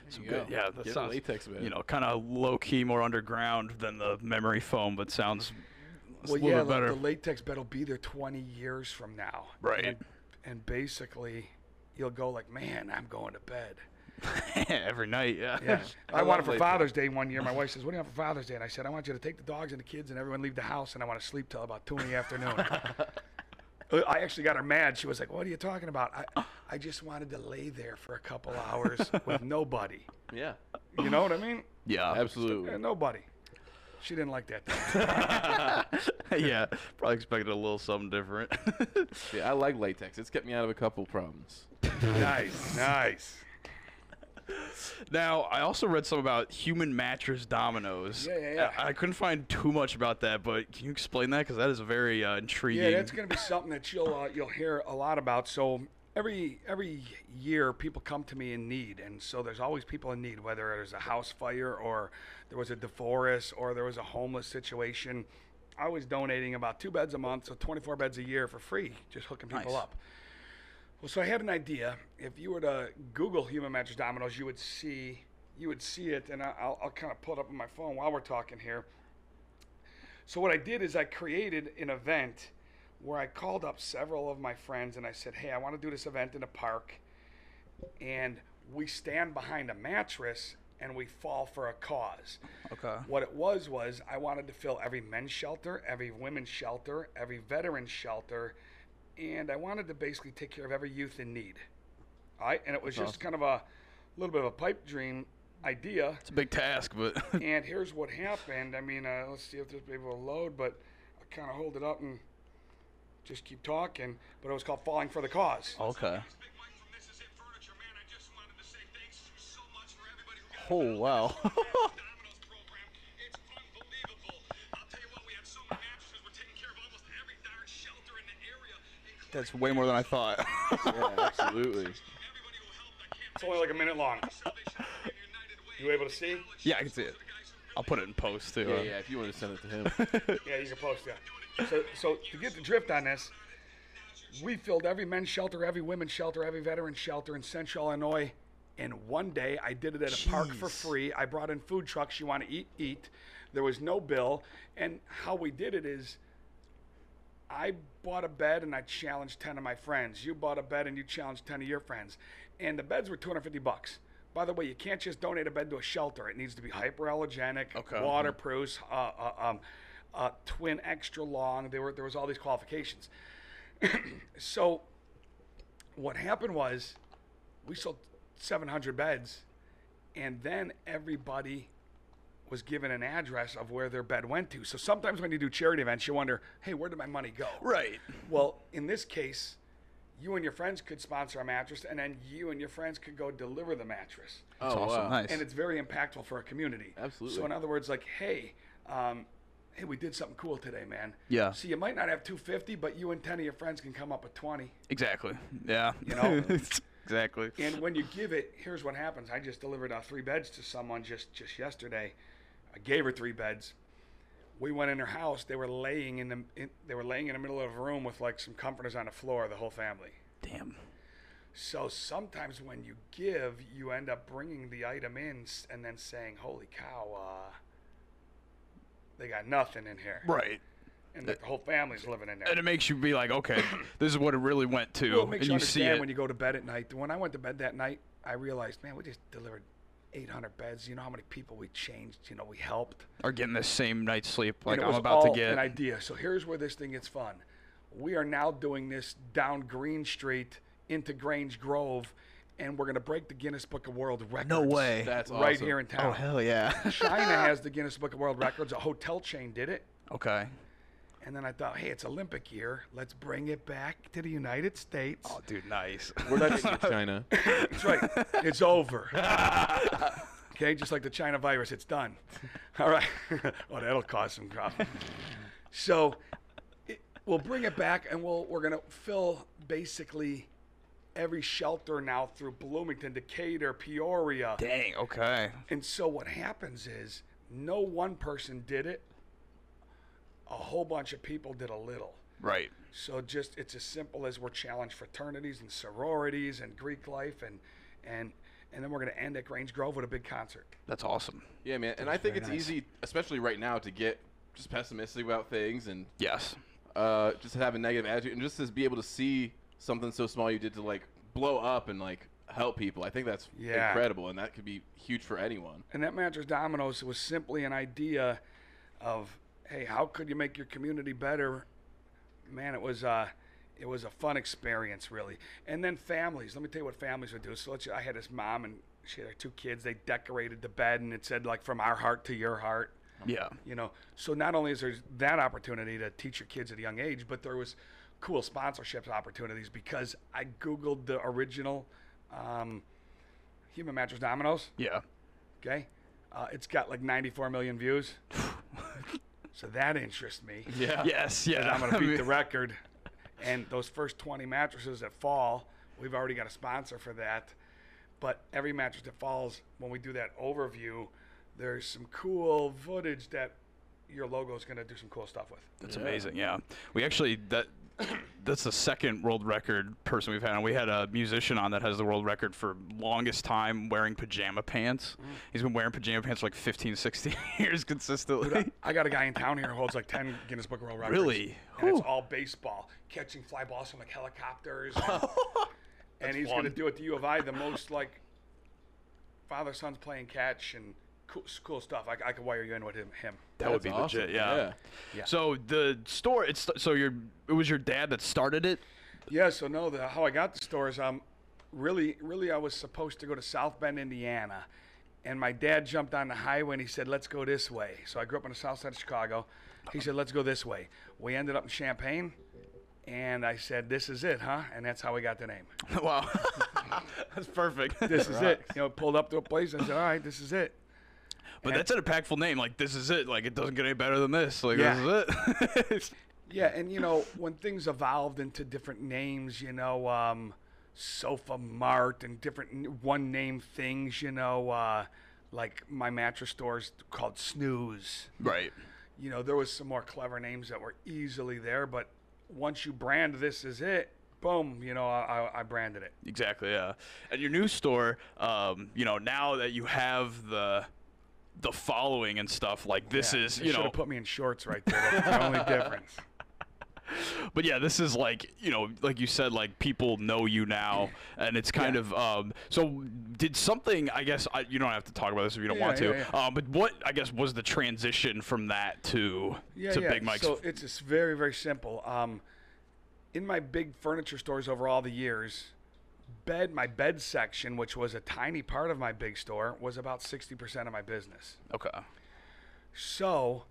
[SPEAKER 3] So good. Yeah, that
[SPEAKER 4] Get a
[SPEAKER 3] sounds
[SPEAKER 4] latex bed.
[SPEAKER 3] you know kind of low key, more underground than the memory foam, but sounds a
[SPEAKER 5] well,
[SPEAKER 3] little
[SPEAKER 5] yeah,
[SPEAKER 3] bit
[SPEAKER 5] like
[SPEAKER 3] better.
[SPEAKER 5] the latex bed will be there 20 years from now.
[SPEAKER 3] Right.
[SPEAKER 5] And, and basically, you'll go like, man, I'm going to bed.
[SPEAKER 3] Every night, yeah.
[SPEAKER 5] Yeah. I,
[SPEAKER 4] love
[SPEAKER 5] wanted for
[SPEAKER 4] latex.
[SPEAKER 5] Father's Day one year. My wife says, what do you want for Father's Day? And I said, I want you to take the dogs and the kids and everyone leave the house, and I want to sleep till about 2 in the afternoon. Uh, I actually got her mad. She was like, what are you talking about? I, I just wanted to lay there for a couple hours with nobody.
[SPEAKER 4] yeah,
[SPEAKER 5] You know what I mean?
[SPEAKER 3] Yeah.
[SPEAKER 4] absolutely.
[SPEAKER 5] Yeah, nobody. She didn't like that.
[SPEAKER 3] yeah. Probably expected a little something different.
[SPEAKER 4] Yeah, I like latex. It's kept me out of a couple problems.
[SPEAKER 5] nice, nice.
[SPEAKER 3] now, I also read some about human mattress dominoes.
[SPEAKER 5] Yeah, yeah, yeah.
[SPEAKER 3] I, I couldn't find too much about that, but can you explain that? Because that is very uh, intriguing.
[SPEAKER 5] Yeah, that's going to be something that you'll uh, you'll hear a lot about. So every every year, people come to me in need, and so there's always people in need, whether there's a house fire or there was a divorce or there was a homeless situation. I was donating about two beds a month, so 24 beds a year for free, just hooking people
[SPEAKER 3] Nice.
[SPEAKER 5] up. Well, so I had an idea. If you were to Google human mattress dominoes, you would see you would see it, and I- I'll, I'll kind of pull it up on my phone while we're talking here. So what I did is I created an event where I called up several of my friends and I said, "Hey, I want to do this event in a park, and we stand behind a mattress and we fall for a cause.
[SPEAKER 3] Okay.
[SPEAKER 5] What it was was I wanted to fill every men's shelter, every women's shelter, every veteran's shelter, and I wanted to basically take care of every youth in need. All right, and it was just kind of a little bit of a pipe dream idea.
[SPEAKER 3] It's a big task, but
[SPEAKER 5] And here's what happened. I mean, uh, let's see if this baby will load, but I kind of hold it up and just keep talking. But it was called Falling for the Cause.
[SPEAKER 3] okay.
[SPEAKER 9] Big Mike from This Is It Furniture, man. I just wanted to say thanks to you so much for everybody who got
[SPEAKER 3] Oh wow.
[SPEAKER 9] involved in the Domino's program. It's unbelievable. I'll tell you what, we have so many mattresses. We're taking care of almost every darn shelter in the area, including
[SPEAKER 3] That's way more than I thought.
[SPEAKER 4] Yeah, absolutely.
[SPEAKER 9] everybody who helped. I can't
[SPEAKER 5] It's only like a minute long.
[SPEAKER 9] Salvation Army and United Way.
[SPEAKER 5] You able to see?
[SPEAKER 3] yeah, I can see it. I'll put it in post too.
[SPEAKER 4] Yeah,
[SPEAKER 3] uh,
[SPEAKER 4] yeah. If you want to send it to him,
[SPEAKER 5] Yeah, you can post, yeah. So, so to get the drift on this, we filled every men's shelter, every women's shelter, every veteran's shelter in Central Illinois. And one day I did it at a park for free. I brought in food trucks. You want to eat, eat. There was no bill. And how we did it is I bought a bed and I challenged 10 of my friends. You bought a bed and you challenged 10 of your friends. And the beds were 250 bucks. By the way, you can't just donate a bed to a shelter. It needs to be hyperallergenic,
[SPEAKER 3] Okay.
[SPEAKER 5] waterproof, uh, uh, um, uh, twin extra long. There were there was all these qualifications. so what happened was we sold 700 beds and then everybody was given an address of where their bed went to. So sometimes when you do charity events, you wonder, hey, where did my money go?
[SPEAKER 3] Right.
[SPEAKER 5] Well, in this case, you and your friends could sponsor a mattress, and then you and your friends could go deliver the mattress.
[SPEAKER 4] oh
[SPEAKER 3] It's awesome.
[SPEAKER 4] wow.
[SPEAKER 3] Nice.
[SPEAKER 5] And it's very impactful for a community.
[SPEAKER 4] Absolutely.
[SPEAKER 5] So in other words, like, hey, um, hey, we did something cool today, man.
[SPEAKER 3] Yeah.
[SPEAKER 5] So you might not have 250, but you and 10 of your friends can come up with 20.
[SPEAKER 3] Exactly. Yeah. You
[SPEAKER 5] know?
[SPEAKER 3] exactly.
[SPEAKER 5] And when you give it, here's what happens. I just delivered uh, three beds to someone just just yesterday. I gave her three beds. We went in her house. They were laying in the in, they were laying in the middle of a room with like some comforters on the floor. The whole family.
[SPEAKER 3] Damn.
[SPEAKER 5] So sometimes when you give, you end up bringing the item in s- and then saying, "Holy cow, uh, they got nothing in here,"
[SPEAKER 3] Right.
[SPEAKER 5] and the whole family's living in there.
[SPEAKER 3] And it makes you be like, okay, this is what it really went to,
[SPEAKER 5] Well, it makes
[SPEAKER 3] and
[SPEAKER 5] you
[SPEAKER 3] you see
[SPEAKER 5] understand
[SPEAKER 3] it.
[SPEAKER 5] when you go to bed at night. When I went to bed that night, I realized, man, we just delivered 800 beds. You know how many people we changed. You know, we helped.
[SPEAKER 3] are getting the same night's sleep like
[SPEAKER 5] And it
[SPEAKER 3] I'm
[SPEAKER 5] was
[SPEAKER 3] about to
[SPEAKER 5] all
[SPEAKER 3] get.
[SPEAKER 5] an idea. So here's where this thing gets fun. We are now doing this down Green Street into Grange Grove, and we're gonna break the Guinness Book of World Records.
[SPEAKER 3] way. Oh,
[SPEAKER 4] That's awesome.
[SPEAKER 5] Right here in town.
[SPEAKER 3] yeah.
[SPEAKER 5] China has the Guinness Book of World Records. A hotel chain did it.
[SPEAKER 3] okay.
[SPEAKER 5] And then I thought, hey, it's Olympic year. Let's bring it back to the United States.
[SPEAKER 3] Oh, dude, nice.
[SPEAKER 4] We're not getting to China.
[SPEAKER 5] That's right. It's over. okay, just like the China virus, it's done. All right. oh, that'll cause some problems. So it, we'll bring it back, and we'll we're gonna fill basically every shelter now through Bloomington, Decatur, Peoria,
[SPEAKER 3] Dang. Okay.
[SPEAKER 5] and so what happens is no one person did it. A whole bunch of people did a little.
[SPEAKER 3] Right.
[SPEAKER 5] So just it's as simple as we're challenged fraternities and sororities and Greek life and and and then we're going to end at Grange Grove with a big concert.
[SPEAKER 3] That's awesome.
[SPEAKER 4] Yeah, man. And I think it's easy, especially right now, to get just pessimistic about things and
[SPEAKER 3] Yes.
[SPEAKER 4] uh, just have a negative attitude and just to be able to see something so small you did to like blow up and like help people. I think that's
[SPEAKER 5] Yeah.
[SPEAKER 4] incredible, and that could be huge for anyone.
[SPEAKER 5] And that mattress dominoes was simply an idea of hey, how could you make your community better? Man, it was uh it was a fun experience really. And then families, let me tell you what families would do. So let's I had this mom and she had her two kids. They decorated the bed and it said like from our heart to your heart.
[SPEAKER 3] Yeah.
[SPEAKER 5] you know so not only is there that opportunity to teach your kids at a young age but there was cool sponsorship opportunities because i googled the original um, human mattress dominoes
[SPEAKER 3] Yeah.
[SPEAKER 5] okay uh, it's got like 94 million views so that interests me
[SPEAKER 4] Yeah.
[SPEAKER 3] Yes. Yeah.
[SPEAKER 5] i'm going to
[SPEAKER 3] I mean,
[SPEAKER 5] beat the record and those first 20 mattresses that fall we've already got a sponsor for that but every mattress that falls when we do that overview there's some cool footage that your logo is going to do some cool stuff with
[SPEAKER 3] That's amazing. Yeah, we actually that that's the second world record person we've had. And we had a musician on that has the world record for longest time wearing pajama pants.
[SPEAKER 5] Mm.
[SPEAKER 3] He's been wearing pajama pants for like 15, 16 years consistently.
[SPEAKER 5] I got a guy in town here who holds like 10 Guinness Book of World Records.
[SPEAKER 3] Really?
[SPEAKER 5] And it's
[SPEAKER 3] Whew.
[SPEAKER 5] all baseball, catching fly balls from like helicopters. And, and he's going to do at the U of I the most like father son's playing catch and cool, cool stuff. I, I could wire you in with him. him.
[SPEAKER 3] That would be
[SPEAKER 4] That's awesome.
[SPEAKER 3] legit, yeah.
[SPEAKER 4] Yeah.
[SPEAKER 3] So the store, it's so your it was your dad that started it.
[SPEAKER 5] Yeah, so no, the, how I got the store is um, really, really, I was supposed to go to South Bend, Indiana, and my dad jumped on the highway and he said, "Let's go this way." So I grew up on the south side of Chicago. He said, "Let's go this way." We ended up in Champaign, and I said, "This is it, huh?" And that's how we got the name.
[SPEAKER 3] wow, that's perfect.
[SPEAKER 5] This is it. You know, pulled up to a place and said, "All right, this is it."
[SPEAKER 3] but that's an impactful name. Like this is it. Like it doesn't get any better than this. Like
[SPEAKER 5] Yeah.
[SPEAKER 3] this is it.
[SPEAKER 5] Yeah, and you know, when things evolved into different names, you know, um, Sofa Mart and different n- one name things, you know, uh, like my mattress store's called Snooze.
[SPEAKER 3] right.
[SPEAKER 5] You know, there was some more clever names that were easily there, but once you brand this as it, boom, you know, I, I- I branded it.
[SPEAKER 3] Exactly. Yeah. And your new store, um, you know, now that you have the the following and stuff, like this is, you
[SPEAKER 5] should
[SPEAKER 3] know,
[SPEAKER 5] have put me in shorts right there. That's the only difference.
[SPEAKER 3] but yeah, this is like you know, like you said, like people know you now, and it's kind of um. So did something? I guess I, you don't have to talk about this if you don't
[SPEAKER 5] Yeah,
[SPEAKER 3] want to.
[SPEAKER 5] yeah, yeah.
[SPEAKER 3] Um, but what I guess was the transition from that to
[SPEAKER 5] yeah,
[SPEAKER 3] to
[SPEAKER 5] yeah.
[SPEAKER 3] Big Mike's?
[SPEAKER 5] So it's just very, very simple. Um, in my big furniture stores over all the years, bed my bed section, which was a tiny part of my big store, was about sixty percent of my business.
[SPEAKER 3] okay.
[SPEAKER 5] So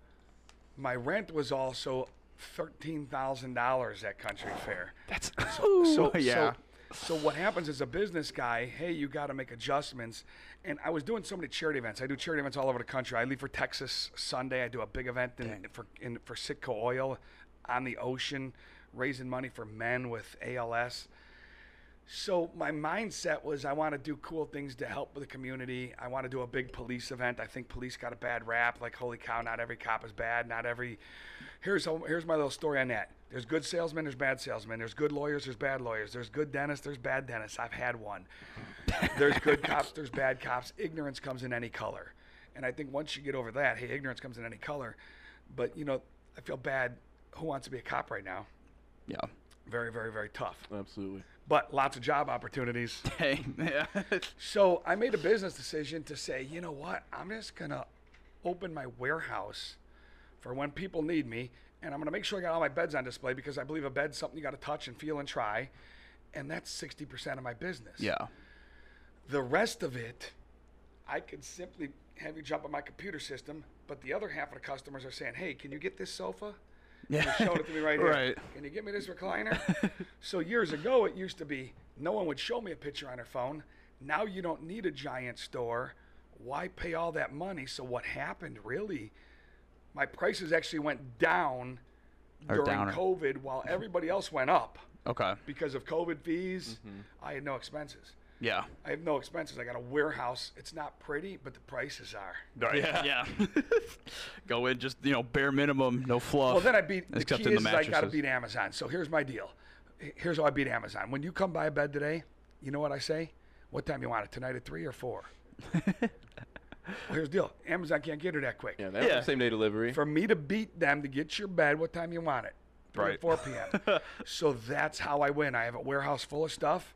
[SPEAKER 5] my rent was also thirteen thousand dollars at Country Fair.
[SPEAKER 3] That's
[SPEAKER 5] So
[SPEAKER 3] yeah.
[SPEAKER 5] So, so what happens is a business guy, hey, you got to make adjustments. And I was doing so many charity events. I do charity events all over the country. I leave for Texas Sunday. I do a big event in, for in, for Sitka Oil on the ocean, raising money for men with ALS. So my mindset was I want to do cool things to help the community. I want to do a big police event. I think police got a bad rap. Like holy cow, not every cop is bad. Not every. Here's how, here's my little story on that. There's good salesmen. There's bad salesmen. There's good lawyers. There's bad lawyers. There's good dentists. There's bad dentists. I've had one. There's good cops. There's bad cops. Ignorance comes in any color. And I think once you get over that, hey, ignorance comes in any color. But you know, I feel bad. Who wants to be a cop right now?
[SPEAKER 3] Yeah.
[SPEAKER 5] Very, very, very tough.
[SPEAKER 4] Absolutely.
[SPEAKER 5] But lots of job opportunities.
[SPEAKER 3] Hey. Yeah.
[SPEAKER 5] So I made a business decision to say, you know what? I'm just going to open my warehouse for when people need me. And I'm going to make sure I got all my beds on display because I believe a bed's something you got to touch and feel and try. And that's 60% of my business.
[SPEAKER 3] yeah.
[SPEAKER 5] The rest of it, I could simply have you jump on my computer system. But the other half of the customers are saying, hey, can you get this sofa?
[SPEAKER 3] Yeah.
[SPEAKER 5] You showed it to me right here.
[SPEAKER 3] Right.
[SPEAKER 5] Can you get me this recliner? so years ago, it used to be no one would show me a picture on their phone. Now you don't need a giant store. Why pay all that money? So what happened really? My prices actually went down
[SPEAKER 3] Or
[SPEAKER 5] during
[SPEAKER 3] downer.
[SPEAKER 5] COVID, while everybody else went up
[SPEAKER 3] Okay.
[SPEAKER 5] because of COVID fees.
[SPEAKER 3] Mm-hmm.
[SPEAKER 5] I had no expenses.
[SPEAKER 3] Yeah.
[SPEAKER 5] I have no expenses. I got a warehouse. It's not pretty, but the prices are.
[SPEAKER 3] Right. Yeah. Go in just you know bare minimum, no fluff.
[SPEAKER 5] Well, then I beat. The
[SPEAKER 3] except
[SPEAKER 5] key
[SPEAKER 3] in the
[SPEAKER 5] is, is I got to
[SPEAKER 3] mattresses.
[SPEAKER 5] beat Amazon. So here's my deal. H- Here's how I beat Amazon. When you come buy a bed today, you know what I say? What time you want it? Tonight at three or four? well, here's the deal. Amazon can't get her that quick.
[SPEAKER 4] Yeah, that's
[SPEAKER 3] Yeah.
[SPEAKER 4] the same day delivery.
[SPEAKER 5] For me to beat them to get your bed, what time you want it? Three or
[SPEAKER 3] Right.
[SPEAKER 5] four p.m. so that's how I win. I have a warehouse full of stuff,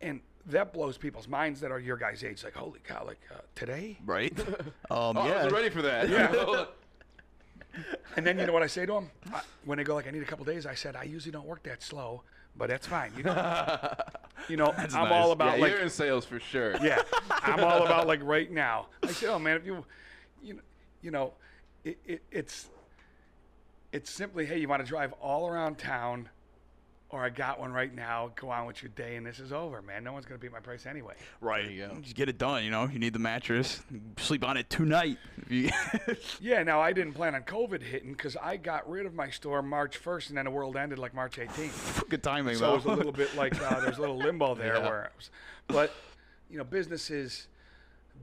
[SPEAKER 5] and that blows people's minds that are your guys' age. Like, holy cow! Like uh, today.
[SPEAKER 3] Right. Um.
[SPEAKER 4] oh, I
[SPEAKER 3] yeah.
[SPEAKER 4] wasn't ready for that. Yeah.
[SPEAKER 5] And then you know what I say to them I, when they go like, "I need a couple days." I said, "I usually don't work that slow, but that's fine." You know, you know I'm
[SPEAKER 3] nice.
[SPEAKER 5] all
[SPEAKER 4] yeah,
[SPEAKER 5] about
[SPEAKER 4] you're
[SPEAKER 5] like,
[SPEAKER 4] in sales for sure.
[SPEAKER 5] yeah, I'm all about like right now. I said, "Oh man, if you, you, know, you know, it, it, it's, it's simply, hey, you want to drive all around town, or I got one right now. Go on with your day, and this is over, man. No one's gonna beat my price anyway."
[SPEAKER 3] Right.
[SPEAKER 4] you go.
[SPEAKER 3] Just get it done. You know, you need the mattress. Sleep on it tonight. If you-
[SPEAKER 5] Yeah, now I didn't plan on COVID hitting because I got rid of my store March 1st, and then the world ended like March 18th.
[SPEAKER 3] Good timing,
[SPEAKER 5] So it
[SPEAKER 3] though.
[SPEAKER 5] was a little bit like uh, there's a little limbo there where, it was, but you know, businesses,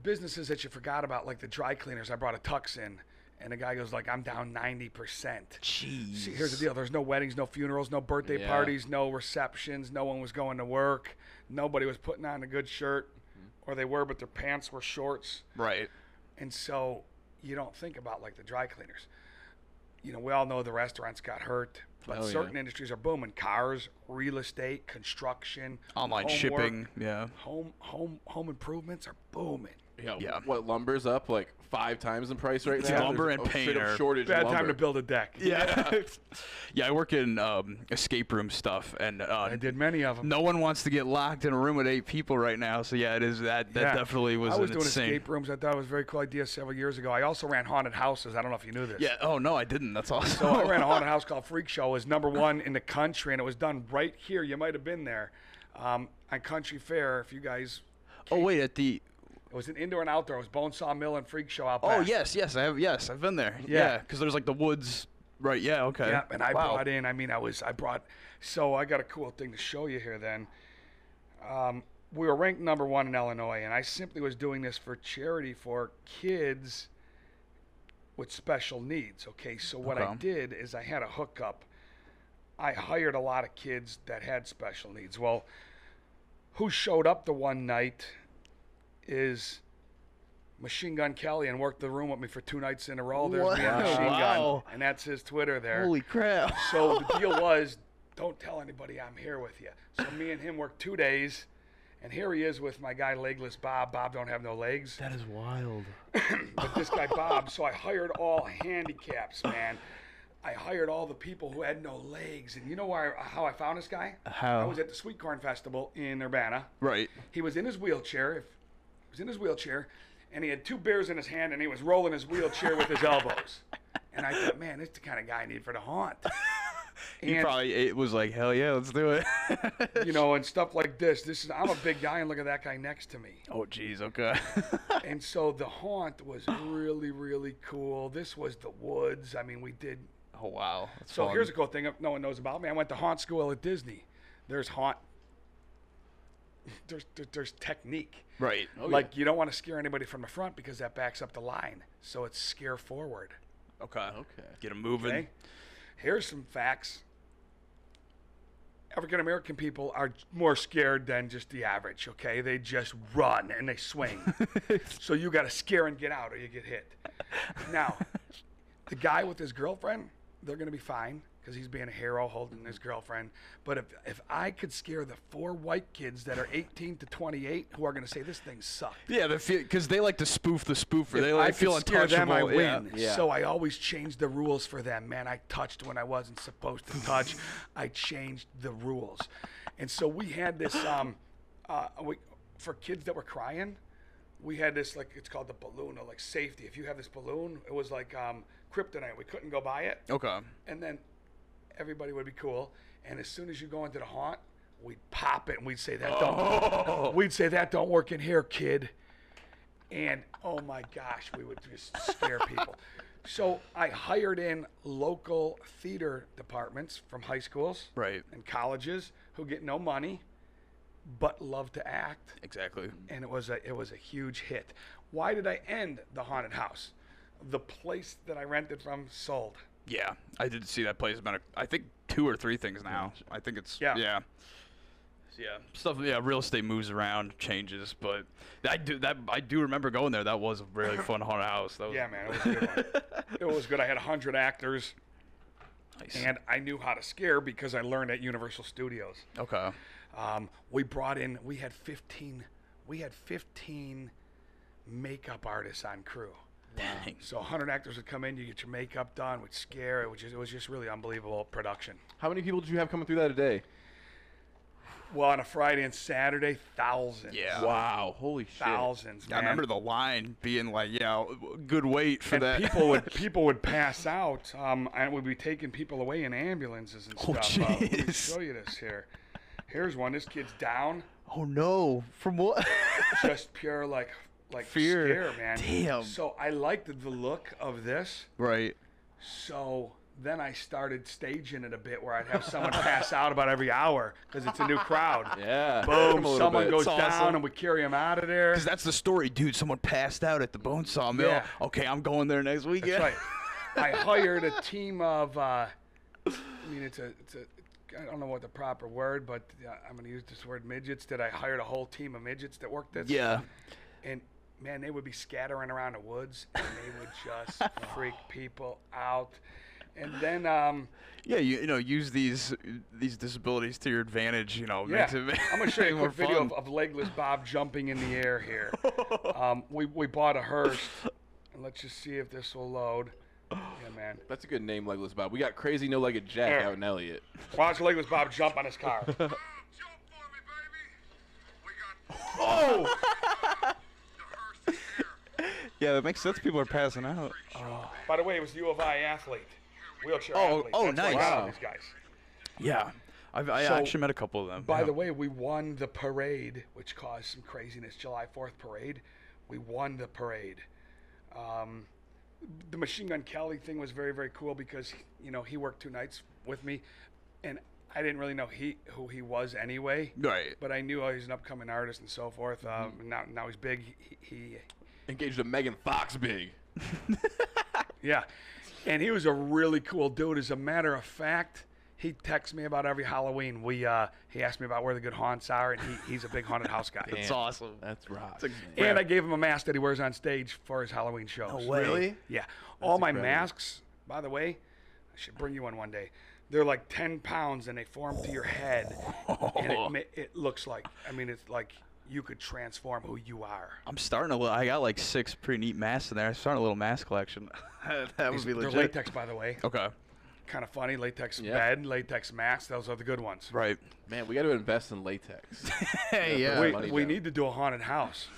[SPEAKER 5] businesses that you forgot about, like the dry cleaners. I brought a tux in, and the guy goes like, "I'm down ninety percent."
[SPEAKER 3] Jeez.
[SPEAKER 5] See, here's the deal: there's no weddings, no funerals, no birthday
[SPEAKER 4] Yeah.
[SPEAKER 5] parties, no receptions. No one was going to work. Nobody was putting on a good shirt, or they were, but their pants were shorts.
[SPEAKER 3] Right.
[SPEAKER 5] And so you don't think about like the dry cleaners. You know, we all know the restaurants got hurt. but
[SPEAKER 3] Oh,
[SPEAKER 4] Hell yeah.
[SPEAKER 5] certain industries are booming: cars, real estate, construction,
[SPEAKER 3] Online
[SPEAKER 5] homework,
[SPEAKER 3] shipping, yeah.
[SPEAKER 5] home home home improvements are booming.
[SPEAKER 4] Yeah,
[SPEAKER 3] Yeah.
[SPEAKER 4] What lumber's up like five times in price right now?
[SPEAKER 3] Lumber
[SPEAKER 4] There's
[SPEAKER 3] and
[SPEAKER 4] a straight up
[SPEAKER 3] paint are-
[SPEAKER 4] shortage. of
[SPEAKER 5] Bad
[SPEAKER 4] lumber.
[SPEAKER 5] time to build a deck.
[SPEAKER 3] Yeah, yeah. I work in um, escape room stuff, and uh,
[SPEAKER 5] I did many of them.
[SPEAKER 3] No one wants to get locked in a room with eight people right now. So yeah, it is that. That
[SPEAKER 5] Yeah.
[SPEAKER 3] definitely was,
[SPEAKER 5] I was
[SPEAKER 3] an
[SPEAKER 5] doing
[SPEAKER 3] insane.
[SPEAKER 5] escape rooms. I thought it was a very cool idea several years ago. I also ran haunted houses. I don't know if you knew this.
[SPEAKER 3] Yeah. Oh no, I didn't. That's awesome.
[SPEAKER 5] So I ran a haunted house called Freak Show. It was number one in the country, and it was done right here. You might have been there um, on Country Fair. If you guys,
[SPEAKER 3] oh wait, at the.
[SPEAKER 5] it was an indoor and outdoor. It was Bonesaw Mill and Freak Show out
[SPEAKER 3] Oh
[SPEAKER 5] back.
[SPEAKER 3] yes, yes, I have. Yes, I've been there.
[SPEAKER 5] Yeah.
[SPEAKER 3] Yeah, because there's like the woods. Right. Yeah. Okay.
[SPEAKER 5] Yeah, and I
[SPEAKER 3] Wow.
[SPEAKER 5] brought in. I mean, I was I brought. So I got a cool thing to show you here. Then, um, we were ranked number one in Illinois, and I simply was doing this for charity for kids with special needs. Okay, so what I
[SPEAKER 3] Okay.
[SPEAKER 5] did is I had a hookup. I hired a lot of kids that had special needs. Well, who showed up the one night is Machine Gun Kelly and worked the room with me for two nights in a row. There's me
[SPEAKER 3] Wow.
[SPEAKER 5] on Machine
[SPEAKER 3] Wow.
[SPEAKER 5] Gun, and that's his Twitter there.
[SPEAKER 3] Holy crap.
[SPEAKER 5] So the deal was, don't tell anybody I'm here with you. So me and him worked two days, and here he is with my guy Legless Bob. Bob don't have no legs. That is wild. but this guy Bob. So I hired all handicaps, man. I hired all the people who had no legs, and you know why, how I found this guy?
[SPEAKER 3] How?
[SPEAKER 5] I was at the Sweet Corn Festival in Urbana.
[SPEAKER 3] Right.
[SPEAKER 5] He was in his wheelchair. If, he was in his wheelchair, and he had two beers in his hand, and he was rolling his wheelchair with his elbows. And I thought, man, this is the kind of guy I need for the haunt.
[SPEAKER 3] He
[SPEAKER 5] And-
[SPEAKER 3] probably it was like hell yeah, let's do it.
[SPEAKER 5] you know, and stuff like this. This is I'm a big guy, and look at that guy next to me.
[SPEAKER 3] oh jeez. Okay.
[SPEAKER 5] And so the haunt was really, really cool. This was the woods. I mean, we did.
[SPEAKER 3] oh wow. That's
[SPEAKER 5] So
[SPEAKER 3] fun.
[SPEAKER 5] here's a cool thing no one knows about me. I went to haunt school at Disney. There's haunt. There's there- there's technique.
[SPEAKER 3] Right.
[SPEAKER 5] like you don't want to scare anybody from the front because that backs up the line. So it's scare forward.
[SPEAKER 3] Okay. Okay. Get them moving.
[SPEAKER 5] Okay. Here's some facts. African American people are more scared than just the average, okay? They just run and they swing. so you got to scare and get out or you get hit. Now, the guy with his girlfriend, they're going to be fine because he's being a hero holding his girlfriend. But if, if I could scare the four white kids that are 18 to 28 who are going to say, this thing sucked.
[SPEAKER 3] Yeah, they feel because they like to spoof the spoofer.
[SPEAKER 5] If
[SPEAKER 3] They
[SPEAKER 5] I
[SPEAKER 3] like
[SPEAKER 5] could
[SPEAKER 3] feel
[SPEAKER 5] scare them,
[SPEAKER 3] untouchable.
[SPEAKER 5] I
[SPEAKER 3] yeah.
[SPEAKER 5] win. So I always change the rules for them. Man, I touched when I wasn't supposed to touch. I changed the rules, and so we had this um, uh, we, for kids that were crying. We had this like it's called the balloon or like safety. If you have this balloon, it was like um, kryptonite. We couldn't go by it
[SPEAKER 3] Okay.
[SPEAKER 5] and then everybody would be cool. And as soon as you go into the haunt, we'd pop it and we'd say that don't. We'd say that don't work in here, kid. And oh my gosh, we would just scare people. So I hired in local theater departments from high schools
[SPEAKER 3] Right.
[SPEAKER 5] and colleges who get no money but love to act
[SPEAKER 3] Exactly.
[SPEAKER 5] and it was a it was a huge hit. Why did I end the haunted house? The place that I rented from sold.
[SPEAKER 3] Yeah, I did see that place about a, I think two or three things now. I think it's
[SPEAKER 5] Yeah.
[SPEAKER 3] yeah. yeah. So, Yeah, stuff. Yeah, real estate moves around, changes, but I do that. I do remember going there. That was a really fun haunted house. That was
[SPEAKER 5] Yeah, man, it was a good. one. it was good. I had 100 actors,
[SPEAKER 3] nice.
[SPEAKER 5] and I knew how to scare because I learned at Universal Studios.
[SPEAKER 3] okay,
[SPEAKER 5] Um, we brought in, we had 15, we had 15 makeup artists on crew.
[SPEAKER 3] dang,
[SPEAKER 5] So 100 actors would come in, you get your makeup done, would scare. It was just, it was just really unbelievable production.
[SPEAKER 4] How many people did you have coming through that a day?
[SPEAKER 5] Well, on a Friday and Saturday, thousands.
[SPEAKER 3] yeah.
[SPEAKER 4] Wow. Holy shit.
[SPEAKER 5] Thousands.
[SPEAKER 3] I remember the line being like, "Yeah, good wait for
[SPEAKER 5] and
[SPEAKER 3] that."
[SPEAKER 5] people would people would pass out. Um, and we'd be taking people away in ambulances and
[SPEAKER 3] Oh,
[SPEAKER 5] stuff. Uh, let me
[SPEAKER 3] jeez.
[SPEAKER 5] show you this here. Here's one. This kid's down.
[SPEAKER 3] oh no! From what?
[SPEAKER 5] Just pure like like
[SPEAKER 3] Fear.
[SPEAKER 5] scare, man.
[SPEAKER 3] Damn.
[SPEAKER 5] So I liked the look of this.
[SPEAKER 3] right.
[SPEAKER 5] So then I started staging it a bit, where I'd have someone pass out about every hour because it's a new crowd.
[SPEAKER 4] Yeah.
[SPEAKER 5] Boom! Someone goes
[SPEAKER 3] It's
[SPEAKER 5] down,
[SPEAKER 3] awesome.
[SPEAKER 5] and we carry him out of there.
[SPEAKER 3] Because that's the story, dude. Someone passed out at the bone saw mill.
[SPEAKER 5] Yeah.
[SPEAKER 3] Okay, I'm going there next weekend.
[SPEAKER 5] That's right. I hired a team of. Uh, I mean, it's a, it's a. I don't know what the proper word, but uh, I'm going to use this word midgets. That I hired a whole team of midgets that worked this.
[SPEAKER 3] Yeah.
[SPEAKER 5] And man, they would be scattering around the woods, and they would just freak people out. and then um,
[SPEAKER 3] Yeah, you, you know, use these these disabilities to your advantage. You know,
[SPEAKER 5] yeah,
[SPEAKER 3] makes it
[SPEAKER 5] I'm gonna show you a
[SPEAKER 3] more
[SPEAKER 5] quick video
[SPEAKER 3] fun.
[SPEAKER 5] of, of legless Bob jumping in the air here. um, we we bought a hearse, and let's just see if this will load. Yeah, man.
[SPEAKER 4] That's a good name, Legless Bob. We got crazy no-legged Jack
[SPEAKER 5] Yeah.
[SPEAKER 4] out in Elliot.
[SPEAKER 5] Watch legless Bob jump on his car.
[SPEAKER 9] Jump for me, baby. We got
[SPEAKER 4] Oh!
[SPEAKER 9] the hearse is here.
[SPEAKER 3] Yeah, that makes sense. People are passing out.
[SPEAKER 5] By the way, it was the U of I athlete, wheelchair
[SPEAKER 3] Oh,
[SPEAKER 5] athlete.
[SPEAKER 3] oh,
[SPEAKER 5] That's why I
[SPEAKER 3] nice.
[SPEAKER 5] saw
[SPEAKER 4] Wow.
[SPEAKER 5] These guys.
[SPEAKER 3] Yeah, I've, I
[SPEAKER 5] So,
[SPEAKER 3] actually met a couple of them.
[SPEAKER 5] By
[SPEAKER 3] yeah.
[SPEAKER 5] the way, we won the parade, which caused some craziness. July 4th parade. We won the parade. Um, the Machine Gun Kelly thing was very, very cool because, you know, he worked two nights with me and I didn't really know he who he was anyway.
[SPEAKER 3] Right. Mm-hmm.
[SPEAKER 5] But I knew oh, he's an upcoming artist and so forth. Um, now, now he's big. He, he,
[SPEAKER 4] Engaged a Megan Fox big.
[SPEAKER 5] yeah. And he was a really cool dude. As a matter of fact, he texts me about every Halloween. We uh, he asked me about where the good haunts are, and he, he's a big haunted house guy.
[SPEAKER 3] it's awesome.
[SPEAKER 4] That's rock.
[SPEAKER 5] And I gave him a mask that he wears on stage for his Halloween shows.
[SPEAKER 4] Really?
[SPEAKER 5] Yeah. All my masks, by the way, I should bring you one one day. They're like 10 pounds and they form to your head. And it, ma- it looks like, I mean, it's like you could transform who you are.
[SPEAKER 3] I'm starting a little. I got like six pretty neat masks in there. I'm starting a little mask collection. that would be
[SPEAKER 5] They're
[SPEAKER 3] legit. Oh.
[SPEAKER 5] latex, by the way.
[SPEAKER 3] Okay.
[SPEAKER 5] Kind of funny. Latex
[SPEAKER 4] Yeah.
[SPEAKER 5] bed, latex mask. Those are the good ones.
[SPEAKER 3] Right.
[SPEAKER 4] Man, we got to invest in latex.
[SPEAKER 3] Hey, yeah.
[SPEAKER 4] Wait.
[SPEAKER 5] We,
[SPEAKER 4] money
[SPEAKER 5] we
[SPEAKER 4] down.
[SPEAKER 5] need to do a haunted house.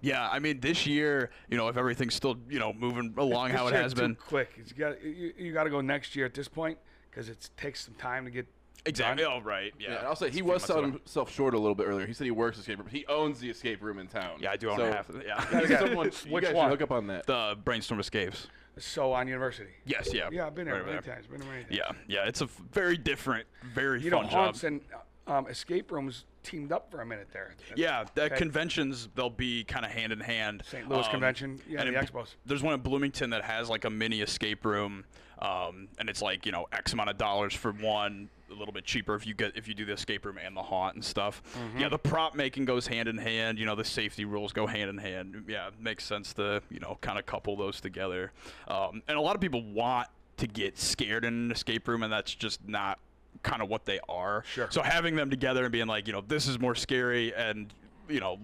[SPEAKER 3] Yeah, I mean, this year, you know, if everything's still, you know, moving along
[SPEAKER 5] This
[SPEAKER 3] how it
[SPEAKER 5] year
[SPEAKER 3] has
[SPEAKER 5] too
[SPEAKER 3] been.
[SPEAKER 5] quick. It's got, you, you got to go next year at this point because it takes some time to get.
[SPEAKER 3] Exactly. Oh, right. Yeah.
[SPEAKER 4] Yeah, also, he
[SPEAKER 3] It's a few
[SPEAKER 4] was
[SPEAKER 3] months
[SPEAKER 4] selling
[SPEAKER 3] away.
[SPEAKER 4] himself short a little bit earlier. He said he works the escape room. He owns the escape room in town.
[SPEAKER 3] Yeah, I do own
[SPEAKER 4] So-
[SPEAKER 3] half of it. Yeah.
[SPEAKER 4] You guys- someone, you
[SPEAKER 5] Which
[SPEAKER 4] guys
[SPEAKER 5] one?
[SPEAKER 4] should hook up on that.
[SPEAKER 3] the brainstorm escapes.
[SPEAKER 5] So on university.
[SPEAKER 3] Yes. Yeah.
[SPEAKER 5] Yeah, I've been there
[SPEAKER 3] right over
[SPEAKER 5] many
[SPEAKER 3] there.
[SPEAKER 5] times. Been there many times.
[SPEAKER 3] Yeah. Yeah. It's a f- very different, very
[SPEAKER 5] You know,
[SPEAKER 3] fun job.
[SPEAKER 5] haunts and uh, um, escape rooms teamed up for a minute there.
[SPEAKER 3] Yeah, the
[SPEAKER 5] Okay.
[SPEAKER 3] conventions they'll be kind of hand in hand.
[SPEAKER 5] St. Louis Convention, yeah,
[SPEAKER 3] Um, and
[SPEAKER 5] the
[SPEAKER 3] in-
[SPEAKER 5] expos.
[SPEAKER 3] There's one in Bloomington that has like a mini escape room, um, and it's like you know X amount of dollars for one. A little bit cheaper if you get if you do the escape room and the haunt and stuff.
[SPEAKER 5] Mm-hmm.
[SPEAKER 3] Yeah, the prop making goes hand in hand. You know, the safety rules go hand in hand. Yeah, it makes sense to you know kind of couple those together. Um, and a lot of people want to get scared in an escape room, and that's just not kind of what they are. Sure. So having them together and being like, you know, this is more scary and you know,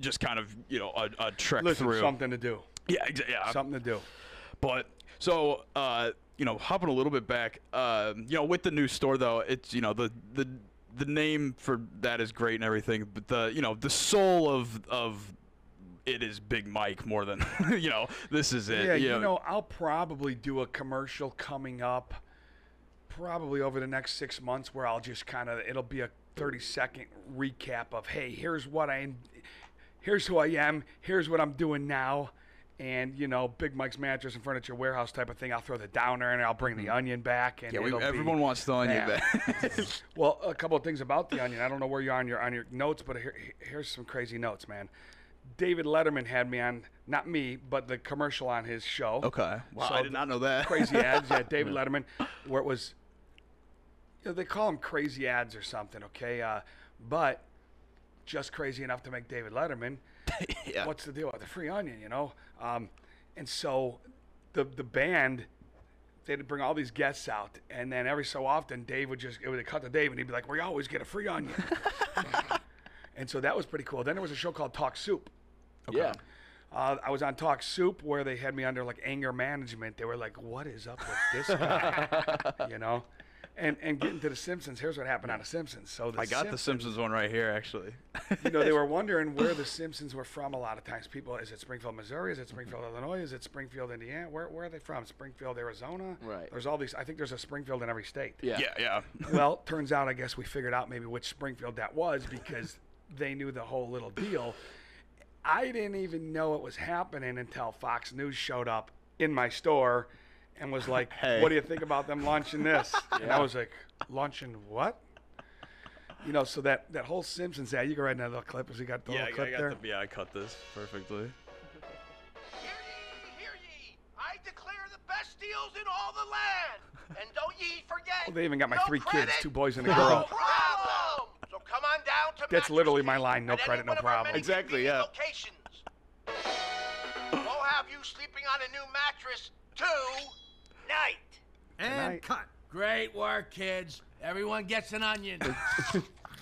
[SPEAKER 3] just kind of, you know, a, a trek
[SPEAKER 5] Listen,
[SPEAKER 3] through. Uh,
[SPEAKER 5] something to do.
[SPEAKER 3] Yeah, exa- yeah.
[SPEAKER 5] Something to do.
[SPEAKER 3] But so, uh, you know, hopping a little bit back, um, you know, with the new store though, it's you know the the the name for that is great and everything, but the you know the soul of of it is Big Mike more than you know this is it.
[SPEAKER 5] Yeah, you know, I'll probably do a commercial coming up, probably over the next six months, where I'll just kind of it'll be a thirty second recap of hey, here's what I, here's who I am, here's what I'm doing now. And you know, Big Mike's Mattress and Furniture Warehouse type of thing. I'll throw the downer in, I'll bring the onion back,
[SPEAKER 3] Mm-hmm.
[SPEAKER 5] and
[SPEAKER 3] Yeah, we,
[SPEAKER 5] it'll be-
[SPEAKER 3] everyone wants the onion
[SPEAKER 5] Yeah.
[SPEAKER 3] back.
[SPEAKER 5] Well, a couple of things about the Onion. I don't know where you are on your on your notes, but here, here's some crazy notes, man. David Letterman had me on, not me, but the commercial on his show.
[SPEAKER 3] okay. Wow, I
[SPEAKER 5] So
[SPEAKER 3] did not know that.
[SPEAKER 5] Crazy ads, yeah. David Letterman, where it was, you know, they call them crazy ads or something, okay? Uh, but just crazy enough to make David Letterman.
[SPEAKER 3] Yeah.
[SPEAKER 5] What's the deal with the free onion, you know? Um, and so the the band they'd bring all these guests out, and then every so often Dave would just it would cut to Dave, and he'd be like, "We always get a free onion." and so that was pretty cool. Then there was a show called Talk Soup.
[SPEAKER 4] Yeah.
[SPEAKER 5] Uh, I was on Talk Soup where they had me under like anger management. They were like, "What is up with this guy?" you know. And, and getting to the Simpsons, here's what happened on the Simpsons. So the
[SPEAKER 3] I got the
[SPEAKER 5] Simpsons-
[SPEAKER 3] Simpsons one right here actually.
[SPEAKER 5] you know, they were wondering where the Simpsons were from a lot of times. People, is it Springfield, Missouri? Is it Springfield, Illinois? Is it Springfield, Indiana? Where, where are they from? Springfield, Arizona?
[SPEAKER 4] Right.
[SPEAKER 5] There's all these, I think there's a Springfield in every state.
[SPEAKER 4] Yeah.
[SPEAKER 3] yeah, yeah.
[SPEAKER 5] Well, turns out, I guess we figured out maybe which Springfield that was because they knew the whole little deal. I didn't even know it was happening until Fox News showed up in my store and was like,
[SPEAKER 3] Hey.
[SPEAKER 5] What do you think about them launching this? And I was like, Launching what? You know, so that, that whole Simpsons ad, you can write another little clip. Has he got the
[SPEAKER 3] Yeah,
[SPEAKER 5] little
[SPEAKER 3] I,
[SPEAKER 5] clip
[SPEAKER 3] I
[SPEAKER 5] there?
[SPEAKER 3] got the, yeah, I cut this perfectly.
[SPEAKER 10] Hear ye, hear ye. I declare the best deals in all the land. And don't ye forget.
[SPEAKER 5] Well, they even got my
[SPEAKER 10] no
[SPEAKER 5] three kids,
[SPEAKER 10] credit,
[SPEAKER 5] two boys and a
[SPEAKER 10] no
[SPEAKER 5] girl.
[SPEAKER 10] problem. So come on down to
[SPEAKER 5] That's
[SPEAKER 10] Mattress
[SPEAKER 5] literally my
[SPEAKER 10] King
[SPEAKER 5] line, no
[SPEAKER 10] at any
[SPEAKER 5] credit, no
[SPEAKER 10] one of our
[SPEAKER 5] problem.
[SPEAKER 10] many
[SPEAKER 3] Exactly,
[SPEAKER 10] convenient
[SPEAKER 3] yeah.
[SPEAKER 10] Locations. We'll have you sleeping on a new mattress tonight.
[SPEAKER 11] And
[SPEAKER 4] Tonight.
[SPEAKER 11] cut. Great work, kids. Everyone gets an onion.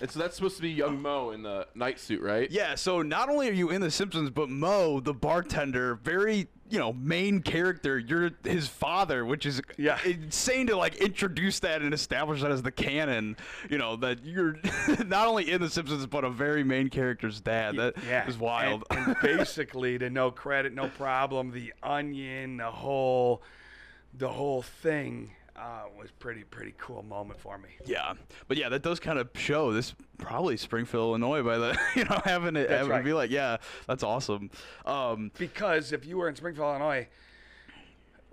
[SPEAKER 4] And so that's supposed to be young Mo in the night suit, right?
[SPEAKER 3] Yeah, so not only are you in The Simpsons, but Mo, the bartender, very, you know, main character, you're his father, which is yeah. insane to, like, introduce that and establish that as the canon, you know, that you're not only in The Simpsons, but a very main character's dad. That is
[SPEAKER 5] yeah.
[SPEAKER 3] wild.
[SPEAKER 5] And, and basically, to no credit, no problem. The onion, the whole, the whole thing uh, was pretty, pretty cool moment for me.
[SPEAKER 3] Yeah, but yeah, that does kind of show this probably Springfield, Illinois, by the you know having it,
[SPEAKER 5] That's
[SPEAKER 3] having
[SPEAKER 5] right.
[SPEAKER 3] it be like, yeah, that's awesome. Um,
[SPEAKER 5] because if you were in Springfield, Illinois,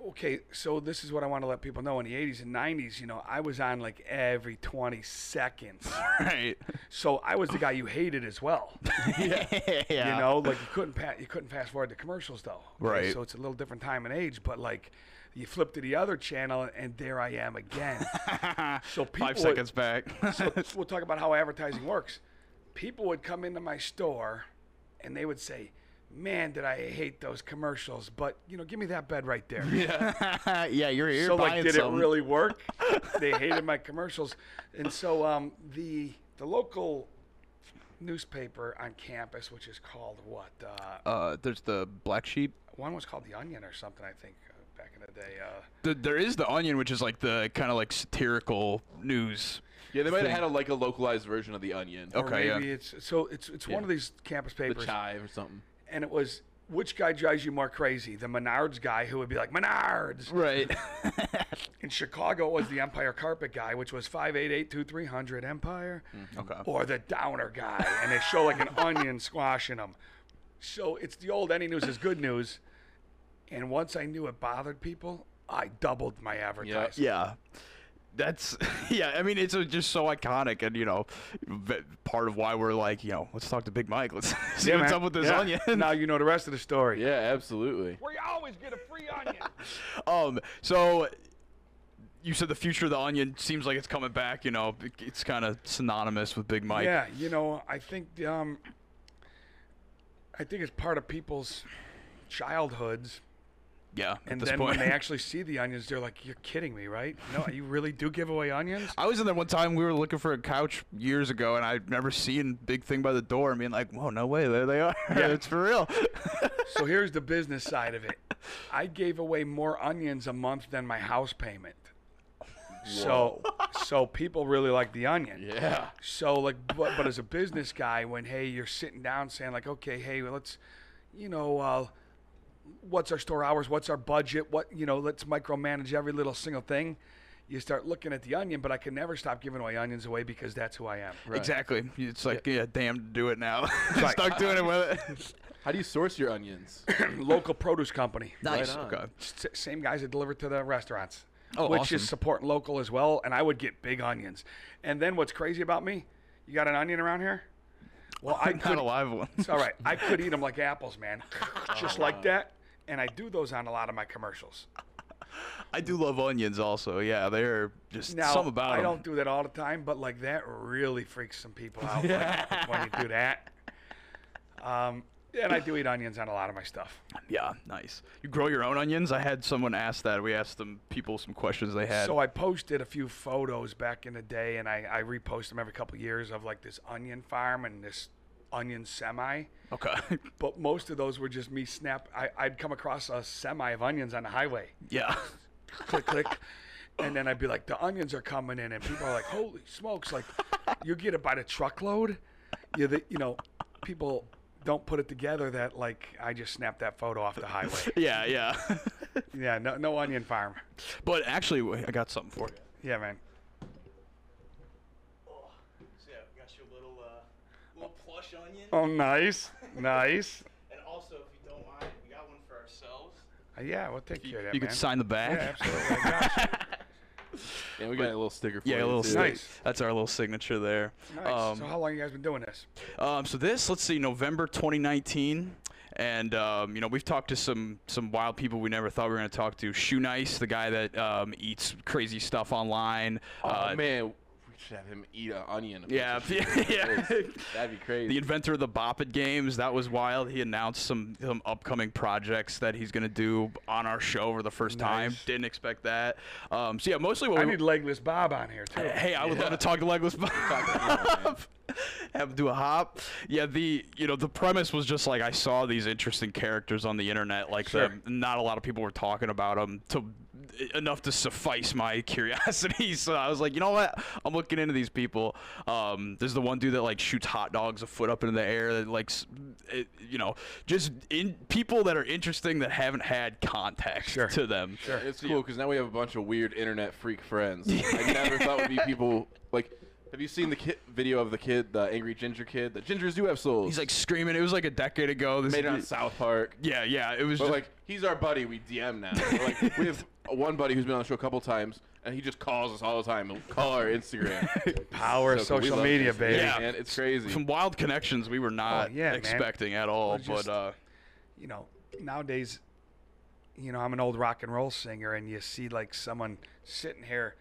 [SPEAKER 5] okay, so this is what I want to let people know. In the 80s and 90s, you know, I was on like every 20 seconds.
[SPEAKER 3] Right.
[SPEAKER 5] So I was the guy you hated as well. yeah.
[SPEAKER 3] Yeah.
[SPEAKER 5] You know, like you couldn't pa- you couldn't fast forward the commercials though.
[SPEAKER 3] Right.
[SPEAKER 5] So it's a little different time and age, but like you flip to the other channel and there I am again. so people
[SPEAKER 3] five
[SPEAKER 5] would-
[SPEAKER 3] seconds back.
[SPEAKER 5] so we'll talk about how advertising works. People would come into my store and they would say, Man, did I hate those commercials, but you know, give me that bed right there.
[SPEAKER 3] Yeah, yeah, you're here.
[SPEAKER 5] So like
[SPEAKER 3] buying
[SPEAKER 5] did
[SPEAKER 3] some.
[SPEAKER 5] it really work? they hated my commercials. And so um, the the local newspaper on campus, which is called what? Uh,
[SPEAKER 3] Uh, there's the black sheep.
[SPEAKER 5] one was called The Onion or something, I think, uh, back in the day. Uh,
[SPEAKER 3] Th- there is the Onion, which is like the kind of like satirical news.
[SPEAKER 4] Yeah, they might
[SPEAKER 3] thing.
[SPEAKER 4] have had a, like a localized version of the Onion.
[SPEAKER 5] or maybe it's so it's it's one
[SPEAKER 4] Yeah.
[SPEAKER 5] of these campus papers.
[SPEAKER 4] The Chive or something.
[SPEAKER 5] and it was which guy drives you more crazy? The Menards guy who would be like Menards,
[SPEAKER 3] right?
[SPEAKER 5] In Chicago, it was the Empire Carpet guy, which was five eight eight two three hundred Empire,
[SPEAKER 3] Mm-hmm. Okay.
[SPEAKER 5] or the Downer guy, and they show like an onion squashing them. So it's the old any news is good news, and once I knew it bothered people, I doubled my advertising.
[SPEAKER 3] Yeah. That's yeah. I mean, it's uh, just so iconic, and you know, v- part of why we're like, you know, let's talk to Big Mike. Let's see
[SPEAKER 5] Yeah,
[SPEAKER 3] what's
[SPEAKER 5] man.
[SPEAKER 3] up with this
[SPEAKER 5] Yeah.
[SPEAKER 3] onion.
[SPEAKER 5] Now you know the rest of the story.
[SPEAKER 4] Yeah, absolutely.
[SPEAKER 10] Where you always get a free onion.
[SPEAKER 3] Um, so you said the future of the onion seems like it's coming back. You know, it- it's kind of synonymous with Big Mike.
[SPEAKER 5] Yeah, you know, I think um, I think it's part of people's childhoods.
[SPEAKER 3] Yeah. at
[SPEAKER 5] And
[SPEAKER 3] this
[SPEAKER 5] then
[SPEAKER 3] point.
[SPEAKER 5] when they actually see the onions, they're like, "You're kidding me, right? No, you really do give away onions."
[SPEAKER 3] I was in there one time. We were looking for a couch years ago, and I remember seeing big thing by the door and being like, "Whoa, no way! There they are! it's for real."
[SPEAKER 5] so here's the business side of it. I gave away more onions a month than my house payment. So, so people really like the onion.
[SPEAKER 4] Yeah.
[SPEAKER 5] So like, but, but as a business guy, when hey, you're sitting down saying like, okay, hey, well, let's, you know, uh, what's our store hours? What's our budget? What you know? Let's micromanage every little single thing. You start looking at the onion, but I can never stop giving away onions away because that's who I am.
[SPEAKER 3] Exactly. It's like, yeah, damn, to do it now. Stuck doing it with it.
[SPEAKER 4] How do you source your onions?
[SPEAKER 5] Local produce company.
[SPEAKER 3] Nice. Right on. Okay.
[SPEAKER 5] S- Same guys that deliver to the restaurants.
[SPEAKER 3] Oh,
[SPEAKER 5] which
[SPEAKER 3] awesome.
[SPEAKER 5] is supporting local as well, and I would get big onions. And then what's crazy about me? You got an onion around here? Well, I
[SPEAKER 3] Not
[SPEAKER 5] could,
[SPEAKER 3] a live one.
[SPEAKER 5] It's all right. I could eat them like apples, man, just like that. And I do those on a lot of my commercials.
[SPEAKER 3] I do love onions, also. Yeah, they're just
[SPEAKER 5] Now
[SPEAKER 3] some about
[SPEAKER 5] I
[SPEAKER 3] 'em.
[SPEAKER 5] don't do that all the time, but like that really freaks some people out like, when you do that. Um, and I do eat onions on a lot of my stuff.
[SPEAKER 3] Yeah, nice. You grow your own onions? I had someone ask that. We asked them people some questions they had.
[SPEAKER 5] So I posted a few photos back in the day, and I, I repost them every couple of years of like this onion farm and this onion semi.
[SPEAKER 3] okay.
[SPEAKER 5] But most of those were just me snap. I, I'd come across a semi of onions on the highway.
[SPEAKER 3] Yeah.
[SPEAKER 5] click, click. And then I'd be like, the onions are coming in, and people are like, holy smokes! Like, you get it by the truckload. You, the, you know, people don't put it together that like I just snapped that photo off the highway.
[SPEAKER 3] yeah, yeah.
[SPEAKER 5] yeah, no, no onion farm.
[SPEAKER 3] But actually, wait, I got something for you.
[SPEAKER 5] Yeah, man.
[SPEAKER 12] So yeah, we got you a little, uh, little plush onion.
[SPEAKER 5] Oh, nice, nice.
[SPEAKER 12] And also, if you don't mind, we got one for ourselves.
[SPEAKER 5] Uh, Yeah, we'll take care of that.
[SPEAKER 3] you could
[SPEAKER 5] man.
[SPEAKER 3] sign the back.
[SPEAKER 5] Yeah, absolutely. I got you.
[SPEAKER 4] Yeah, we got a little sticker for
[SPEAKER 3] yeah,
[SPEAKER 4] you,
[SPEAKER 3] a little
[SPEAKER 4] too.
[SPEAKER 3] stick-
[SPEAKER 4] Nice.
[SPEAKER 3] That's our little signature there.
[SPEAKER 5] Nice.
[SPEAKER 3] Um,
[SPEAKER 5] so how long you guys been doing this?
[SPEAKER 3] Um, so this, let's see, November 2019, and um, you know we've talked to some some wild people we never thought we were gonna
[SPEAKER 5] Oh,
[SPEAKER 3] talk to. Shoe Nice, the guy that um, eats crazy stuff online.
[SPEAKER 4] Oh man, we should have him eat an onion.
[SPEAKER 3] Yeah, yeah.
[SPEAKER 4] That'd be crazy.
[SPEAKER 3] The inventor of the Bop It games, that was wild. He announced some, some upcoming projects that he's gonna do on our show for the first time. Didn't expect that. Um, so yeah, mostly what
[SPEAKER 5] I
[SPEAKER 3] we,
[SPEAKER 5] need Legless Bob on here too.
[SPEAKER 3] Hey, I would love to talk to Legless Bob. Have him do a hop. Yeah, the you know the premise was just like I saw these interesting characters on the internet, like
[SPEAKER 5] Sure.
[SPEAKER 3] the, not a lot of people were talking about them to e, enough to suffice my curiosity. So I was like, you know what? I'm looking into these people. Um, there's the one dude that like shoots hot dogs a foot up into the air. That like, s- it, you know, just in people that are interesting that haven't had context to them.
[SPEAKER 4] Sure. It's cool because now we have a bunch of weird internet freak friends. I never thought would be people like. Have you seen the ki- video of the kid, the angry ginger kid? The gingers do have souls. He's
[SPEAKER 3] like screaming. It was like a decade ago. This
[SPEAKER 4] made it on South Park.
[SPEAKER 3] Yeah, yeah. It was
[SPEAKER 4] But
[SPEAKER 3] just-
[SPEAKER 4] like he's our buddy. We DM now. We're like we have one buddy who's been on the show a couple times, and he just calls us all the time. He'll call our Instagram.
[SPEAKER 5] Power of
[SPEAKER 4] So cool. We
[SPEAKER 5] social
[SPEAKER 4] love
[SPEAKER 5] media,
[SPEAKER 4] this.
[SPEAKER 5] baby.
[SPEAKER 4] Yeah, man, it's crazy.
[SPEAKER 3] Some wild connections we were not
[SPEAKER 5] Oh, yeah, man.
[SPEAKER 3] expecting at all.
[SPEAKER 5] We're just-
[SPEAKER 3] but uh,
[SPEAKER 5] you know, nowadays, you know, I'm an old rock and roll singer, and you see like someone sitting here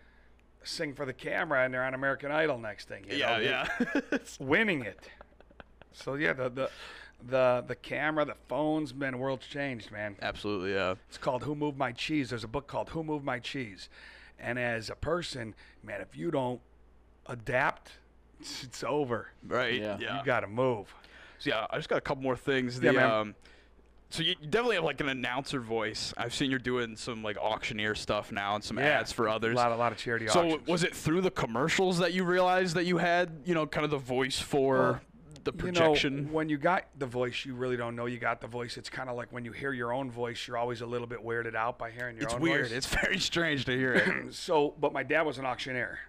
[SPEAKER 5] sing for the camera, and they're on American Idol next thing. You know,
[SPEAKER 3] Yeah,
[SPEAKER 5] yeah, winning it. So yeah, the the the the camera, the phones, man, world's changed, man.
[SPEAKER 3] Absolutely, yeah.
[SPEAKER 5] It's called Who Moved My Cheese. There's a book called Who Moved My Cheese, and as a person, man, if you don't adapt, it's, it's over.
[SPEAKER 3] Right, Yeah. yeah.
[SPEAKER 5] You got to move.
[SPEAKER 3] So yeah, I just got a couple more things.
[SPEAKER 5] Yeah,
[SPEAKER 3] The
[SPEAKER 5] man.
[SPEAKER 3] um, so you you definitely have like an announcer voice. I've seen you're doing some like auctioneer stuff now and some
[SPEAKER 5] Yeah,
[SPEAKER 3] ads for others.
[SPEAKER 5] a lot- a lot of charity
[SPEAKER 3] So
[SPEAKER 5] auctions.
[SPEAKER 3] was it through the commercials that you realized that you had, you know, kind of the voice for the
[SPEAKER 5] you know,
[SPEAKER 3] projection?
[SPEAKER 5] when you got the voice, you really don't know you got the voice. It's kind of like when you hear your own voice, you're always a little bit weirded out by hearing your
[SPEAKER 3] it's
[SPEAKER 5] own
[SPEAKER 3] weird.
[SPEAKER 5] voice.
[SPEAKER 3] It's very strange to hear it.
[SPEAKER 5] so, but my dad was an auctioneer.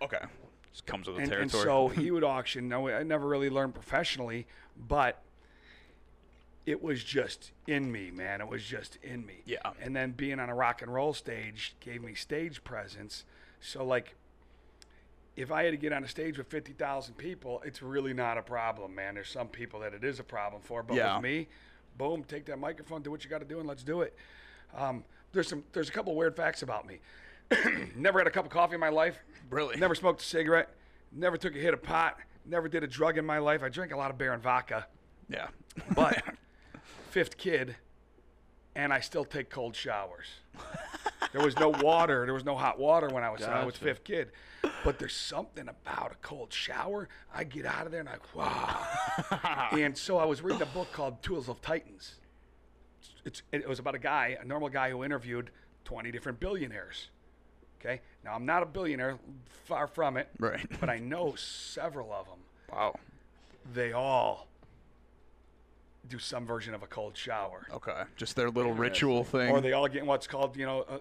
[SPEAKER 3] okay, just comes with the
[SPEAKER 5] and, and
[SPEAKER 3] territory.
[SPEAKER 5] so he would auction. No, I never really learned professionally, but it was just in me, man. It was just in me. Yeah. And then being on a rock and roll stage gave me stage presence. So like, if I had to get on a stage with fifty thousand people, it's really not a problem, man. There's some people that it is a problem for, but
[SPEAKER 3] Yeah.
[SPEAKER 5] with me, boom, take that microphone, do what you got to do, and let's do it. Um, there's some. There's a couple weird facts about me. never had a cup of coffee in my life.
[SPEAKER 3] Really?
[SPEAKER 5] Never smoked a cigarette. Never took a hit of pot. Never did a drug in my life. I drank a lot of beer and vodka.
[SPEAKER 3] Yeah.
[SPEAKER 5] But fifth kid, and I still take cold showers. There was no water. There was no hot water when I was when I was
[SPEAKER 13] Gotcha.
[SPEAKER 5] fifth kid. But there's something about a cold shower. I get out of there and I wow. and so I was reading a book called Tools of Titans. It's, it was about a guy, a normal guy who interviewed 20 different billionaires. Okay. Now I'm not a billionaire, far from it.
[SPEAKER 3] Right.
[SPEAKER 5] But I know several of them.
[SPEAKER 3] Wow.
[SPEAKER 5] They all do some version of a cold shower.
[SPEAKER 3] Okay, just their little ritual thing.
[SPEAKER 5] Or they all get what's called, you know, uh,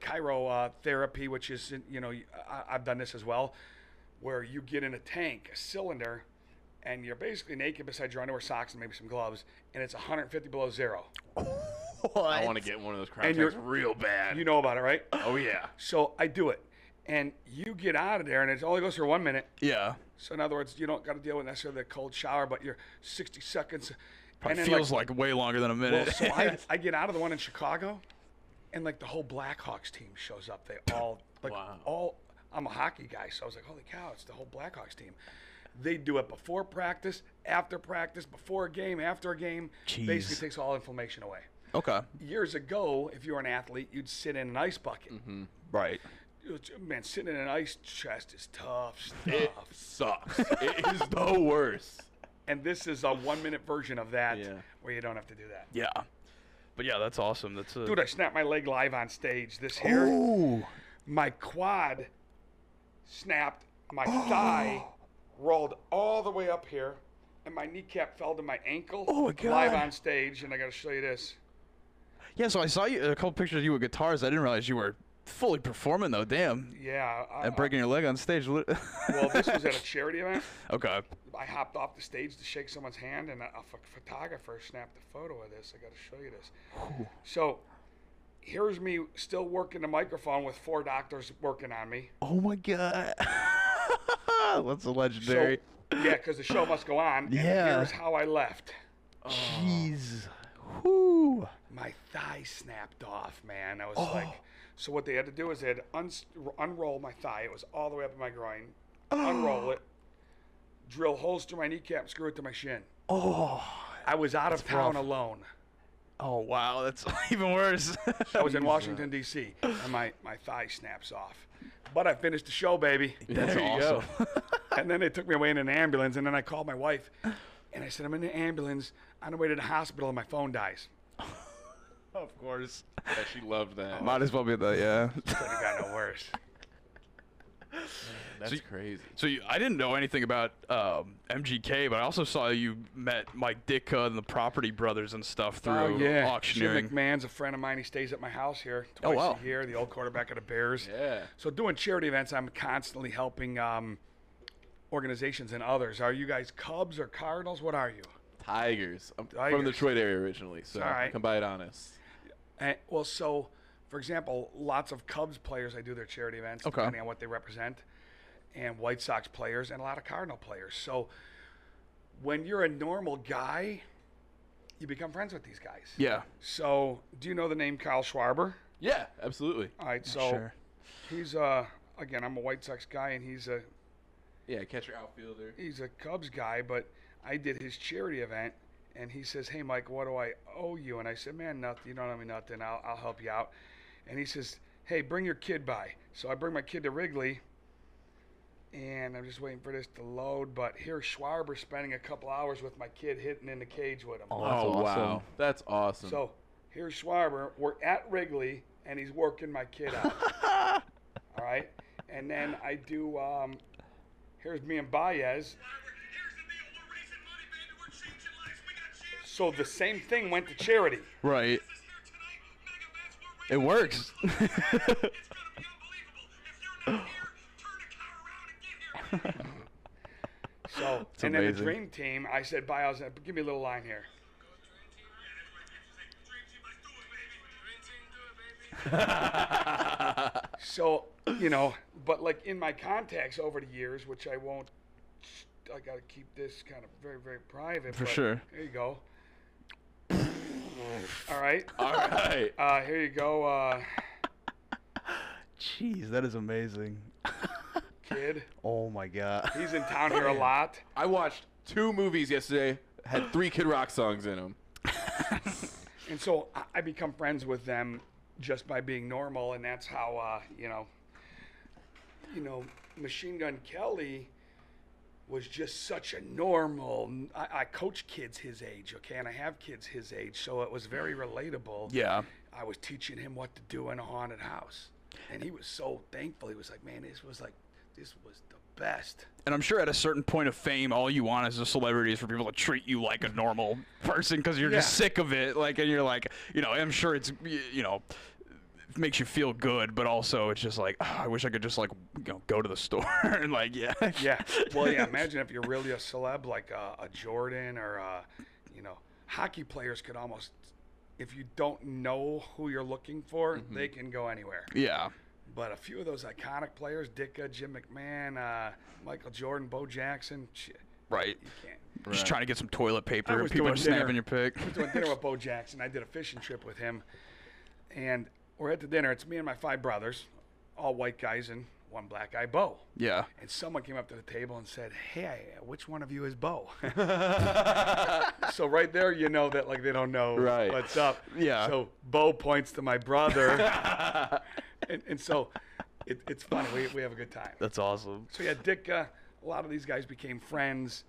[SPEAKER 5] chiro uh, therapy, which is, you know, I, I've done this as well, where you get in a tank, a cylinder, and you're basically naked beside your underwear, socks, and maybe some gloves, and it's 150 below zero.
[SPEAKER 4] I want to get one of those crown tanks real bad.
[SPEAKER 5] You know about it, right?
[SPEAKER 4] Oh yeah.
[SPEAKER 5] So I do it, and you get out of there, and it only goes for one minute.
[SPEAKER 3] Yeah.
[SPEAKER 5] So in other words, you don't got to deal with necessarily the cold shower, but you're 60 seconds.
[SPEAKER 3] Probably
[SPEAKER 5] then,
[SPEAKER 3] feels like, way longer than a minute.
[SPEAKER 5] well, so I, I get out of the one in Chicago, and like the whole Blackhawks team shows up. They all like all. I'm a hockey guy, so I was like, holy cow, it's the whole Blackhawks team. They do it before practice, after practice, before a game, after a game. Basically,
[SPEAKER 3] Jeez.
[SPEAKER 5] takes all inflammation away.
[SPEAKER 3] okay.
[SPEAKER 5] Years ago, if you were an athlete, you'd sit in an ice bucket.
[SPEAKER 3] Right.
[SPEAKER 5] Man, sitting in an ice chest is tough stuff.
[SPEAKER 4] It sucks. it is the worst.
[SPEAKER 5] And this is a one-minute version of that, where you don't have to do that.
[SPEAKER 3] Yeah. But yeah, that's awesome. That's a,
[SPEAKER 5] Dude, I snapped my leg live on stage. This here, my quad snapped, my thigh rolled all the way up here, and my kneecap fell to my ankle.
[SPEAKER 3] Oh, my
[SPEAKER 5] Live
[SPEAKER 3] God.
[SPEAKER 5] on stage, and I got to show you this.
[SPEAKER 3] Yeah, so I saw you a couple pictures of you with guitars. I didn't realize you were fully performing though. Damn.
[SPEAKER 5] Yeah, I-
[SPEAKER 3] and breaking your leg on stage. li-
[SPEAKER 5] Well, this was at a charity event.
[SPEAKER 3] okay.
[SPEAKER 5] I hopped off the stage to shake someone's hand, and a, a ph- photographer snapped a photo of this. I got to show you this. So, here's me still working the microphone with four doctors working on me.
[SPEAKER 3] Oh my god. That's a legendary.
[SPEAKER 5] So, yeah, because the show must go on. and
[SPEAKER 3] Yeah.
[SPEAKER 5] here's how I left.
[SPEAKER 3] Jeez. Oh.
[SPEAKER 5] My thigh snapped off, man. I was like, So what they had to do is they had to uns- unroll my thigh. It was all the way up in my groin.
[SPEAKER 3] Ah.
[SPEAKER 5] Unroll it. Drill holes through my kneecap. Screw it to my shin.
[SPEAKER 3] Oh.
[SPEAKER 5] I was out of
[SPEAKER 3] That's
[SPEAKER 5] town
[SPEAKER 3] rough.
[SPEAKER 5] alone.
[SPEAKER 3] Oh wow, that's even worse.
[SPEAKER 5] I was in Washington D.C. and my my thigh snaps off. But I finished the show, baby.
[SPEAKER 3] That's There you go.
[SPEAKER 5] and then they took me away in an ambulance, and then I called my wife, and I said I'm in an ambulance on the way to the hospital, and my phone dies.
[SPEAKER 3] Of course.
[SPEAKER 4] Yeah, she loved that.
[SPEAKER 3] Might as well be that, yeah.
[SPEAKER 5] Could have got no worse.
[SPEAKER 4] That's
[SPEAKER 3] so you-
[SPEAKER 4] crazy.
[SPEAKER 3] So you, I didn't know anything about um, MGK, but I also saw you met Mike Ditka and the Property Brothers and stuff through
[SPEAKER 5] oh yeah,
[SPEAKER 3] auctioneering.
[SPEAKER 5] Jim McMahon's a friend of mine. He stays at my house here
[SPEAKER 3] Oh,
[SPEAKER 5] twice
[SPEAKER 3] wow.
[SPEAKER 5] a year. The old quarterback of the Bears.
[SPEAKER 4] Yeah.
[SPEAKER 5] So doing charity events, I'm constantly helping um, organizations and others. Are you guys Cubs or Cardinals? What are you?
[SPEAKER 4] Tigers. I'm from
[SPEAKER 5] Tigers.
[SPEAKER 4] the Detroit area originally, so
[SPEAKER 5] All right.
[SPEAKER 4] come by it honest.
[SPEAKER 5] And, Eh, well, so for example, lots of Cubs players I do their charity events
[SPEAKER 4] Okay.
[SPEAKER 5] depending on what they represent, and White Sox players and a lot of Cardinal players. So when you're a normal guy, you become friends with these guys.
[SPEAKER 3] Yeah.
[SPEAKER 5] So do you know the name Kyle Schwarber?
[SPEAKER 4] Yeah, absolutely.
[SPEAKER 5] All right, so he's uh again I'm a White Sox guy and he's a
[SPEAKER 4] yeah catcher outfielder.
[SPEAKER 5] He's a Cubs guy, but I did his charity event and he says, "Hey Mike, what do I owe you?" And I said, "Man, nothing. You don't owe me nothing. I'll I'll help you out." And he says, "Hey, bring your kid by." So I bring my kid to Wrigley. And I'm just waiting for this to load, but here's Schwarber spending a couple hours with my kid hitting in the cage with him.
[SPEAKER 4] Oh, wow, that's awesome.
[SPEAKER 5] So here's Schwarber. We're at Wrigley, and he's working my kid out. All right. And then I do. Um, here's me and Baez. So the same thing went to charity.
[SPEAKER 3] Right. It works.
[SPEAKER 5] So
[SPEAKER 3] It's
[SPEAKER 5] and then the
[SPEAKER 3] amazing.
[SPEAKER 5] dream team. I said Baez, uh, give me a little line here. so you know, but like in my contacts over the years, which I won't. I gotta keep this kind of very, very private.
[SPEAKER 3] For
[SPEAKER 5] but
[SPEAKER 3] sure.
[SPEAKER 5] There you go. All right.
[SPEAKER 3] All right.
[SPEAKER 5] Uh, here you go, uh,
[SPEAKER 3] Jeez, that is amazing.
[SPEAKER 5] kid.
[SPEAKER 3] Oh my god.
[SPEAKER 5] He's in town here a lot.
[SPEAKER 4] I watched two movies yesterday. Had three Kid Rock songs in them.
[SPEAKER 5] And so I- I become friends with them just by being normal, and that's how uh, you know, you know, Machine Gun Kelly was just such a normal. I, I coach kids his age, okay, and I have kids his age, so it was very relatable.
[SPEAKER 3] Yeah.
[SPEAKER 5] I was teaching him what to do in a haunted house, and he was so thankful. He was like, "Man, this was like, this was the best."
[SPEAKER 3] And I'm sure at a certain point of fame, all you want as a celebrity is for people to treat you like a normal person because you're just
[SPEAKER 5] Yeah.
[SPEAKER 3] sick of it. Like, and you're like, you know, I'm sure it's, y- you know, it makes you feel good, but also it's just like, "Ah, I wish I could just like, you know, go to the store and like, yeah,
[SPEAKER 5] Yeah. Well, yeah. Imagine if you're really a celeb, like uh, a Jordan or uh, you know, hockey players could almost, if you don't know who you're looking for, they can go anywhere.
[SPEAKER 3] yeah.
[SPEAKER 5] But a few of those iconic players, Dicka, Jim McMahon, uh, Michael Jordan, Bo Jackson, shit.
[SPEAKER 3] Right. Just
[SPEAKER 5] Right.
[SPEAKER 3] trying to get some toilet paper.
[SPEAKER 5] I
[SPEAKER 3] and
[SPEAKER 5] was
[SPEAKER 3] People
[SPEAKER 5] doing
[SPEAKER 3] are snapping
[SPEAKER 5] dinner-
[SPEAKER 3] your pic.
[SPEAKER 5] I was doing dinner with Bo Jackson. I did a fishing trip with him, and we're at the dinner. It's me and my five brothers, all white guys and one black guy, Bo.
[SPEAKER 3] Yeah.
[SPEAKER 5] And someone came up to the table and said, "Hey, which one of you is Bo?" so right there, you know that like they don't know
[SPEAKER 4] Right.
[SPEAKER 5] what's up.
[SPEAKER 4] Yeah.
[SPEAKER 5] So Bo points to my brother, and, and so it, it's funny. We, we have a good time.
[SPEAKER 3] That's awesome.
[SPEAKER 5] So yeah, Dick. Uh, a lot of these guys became friends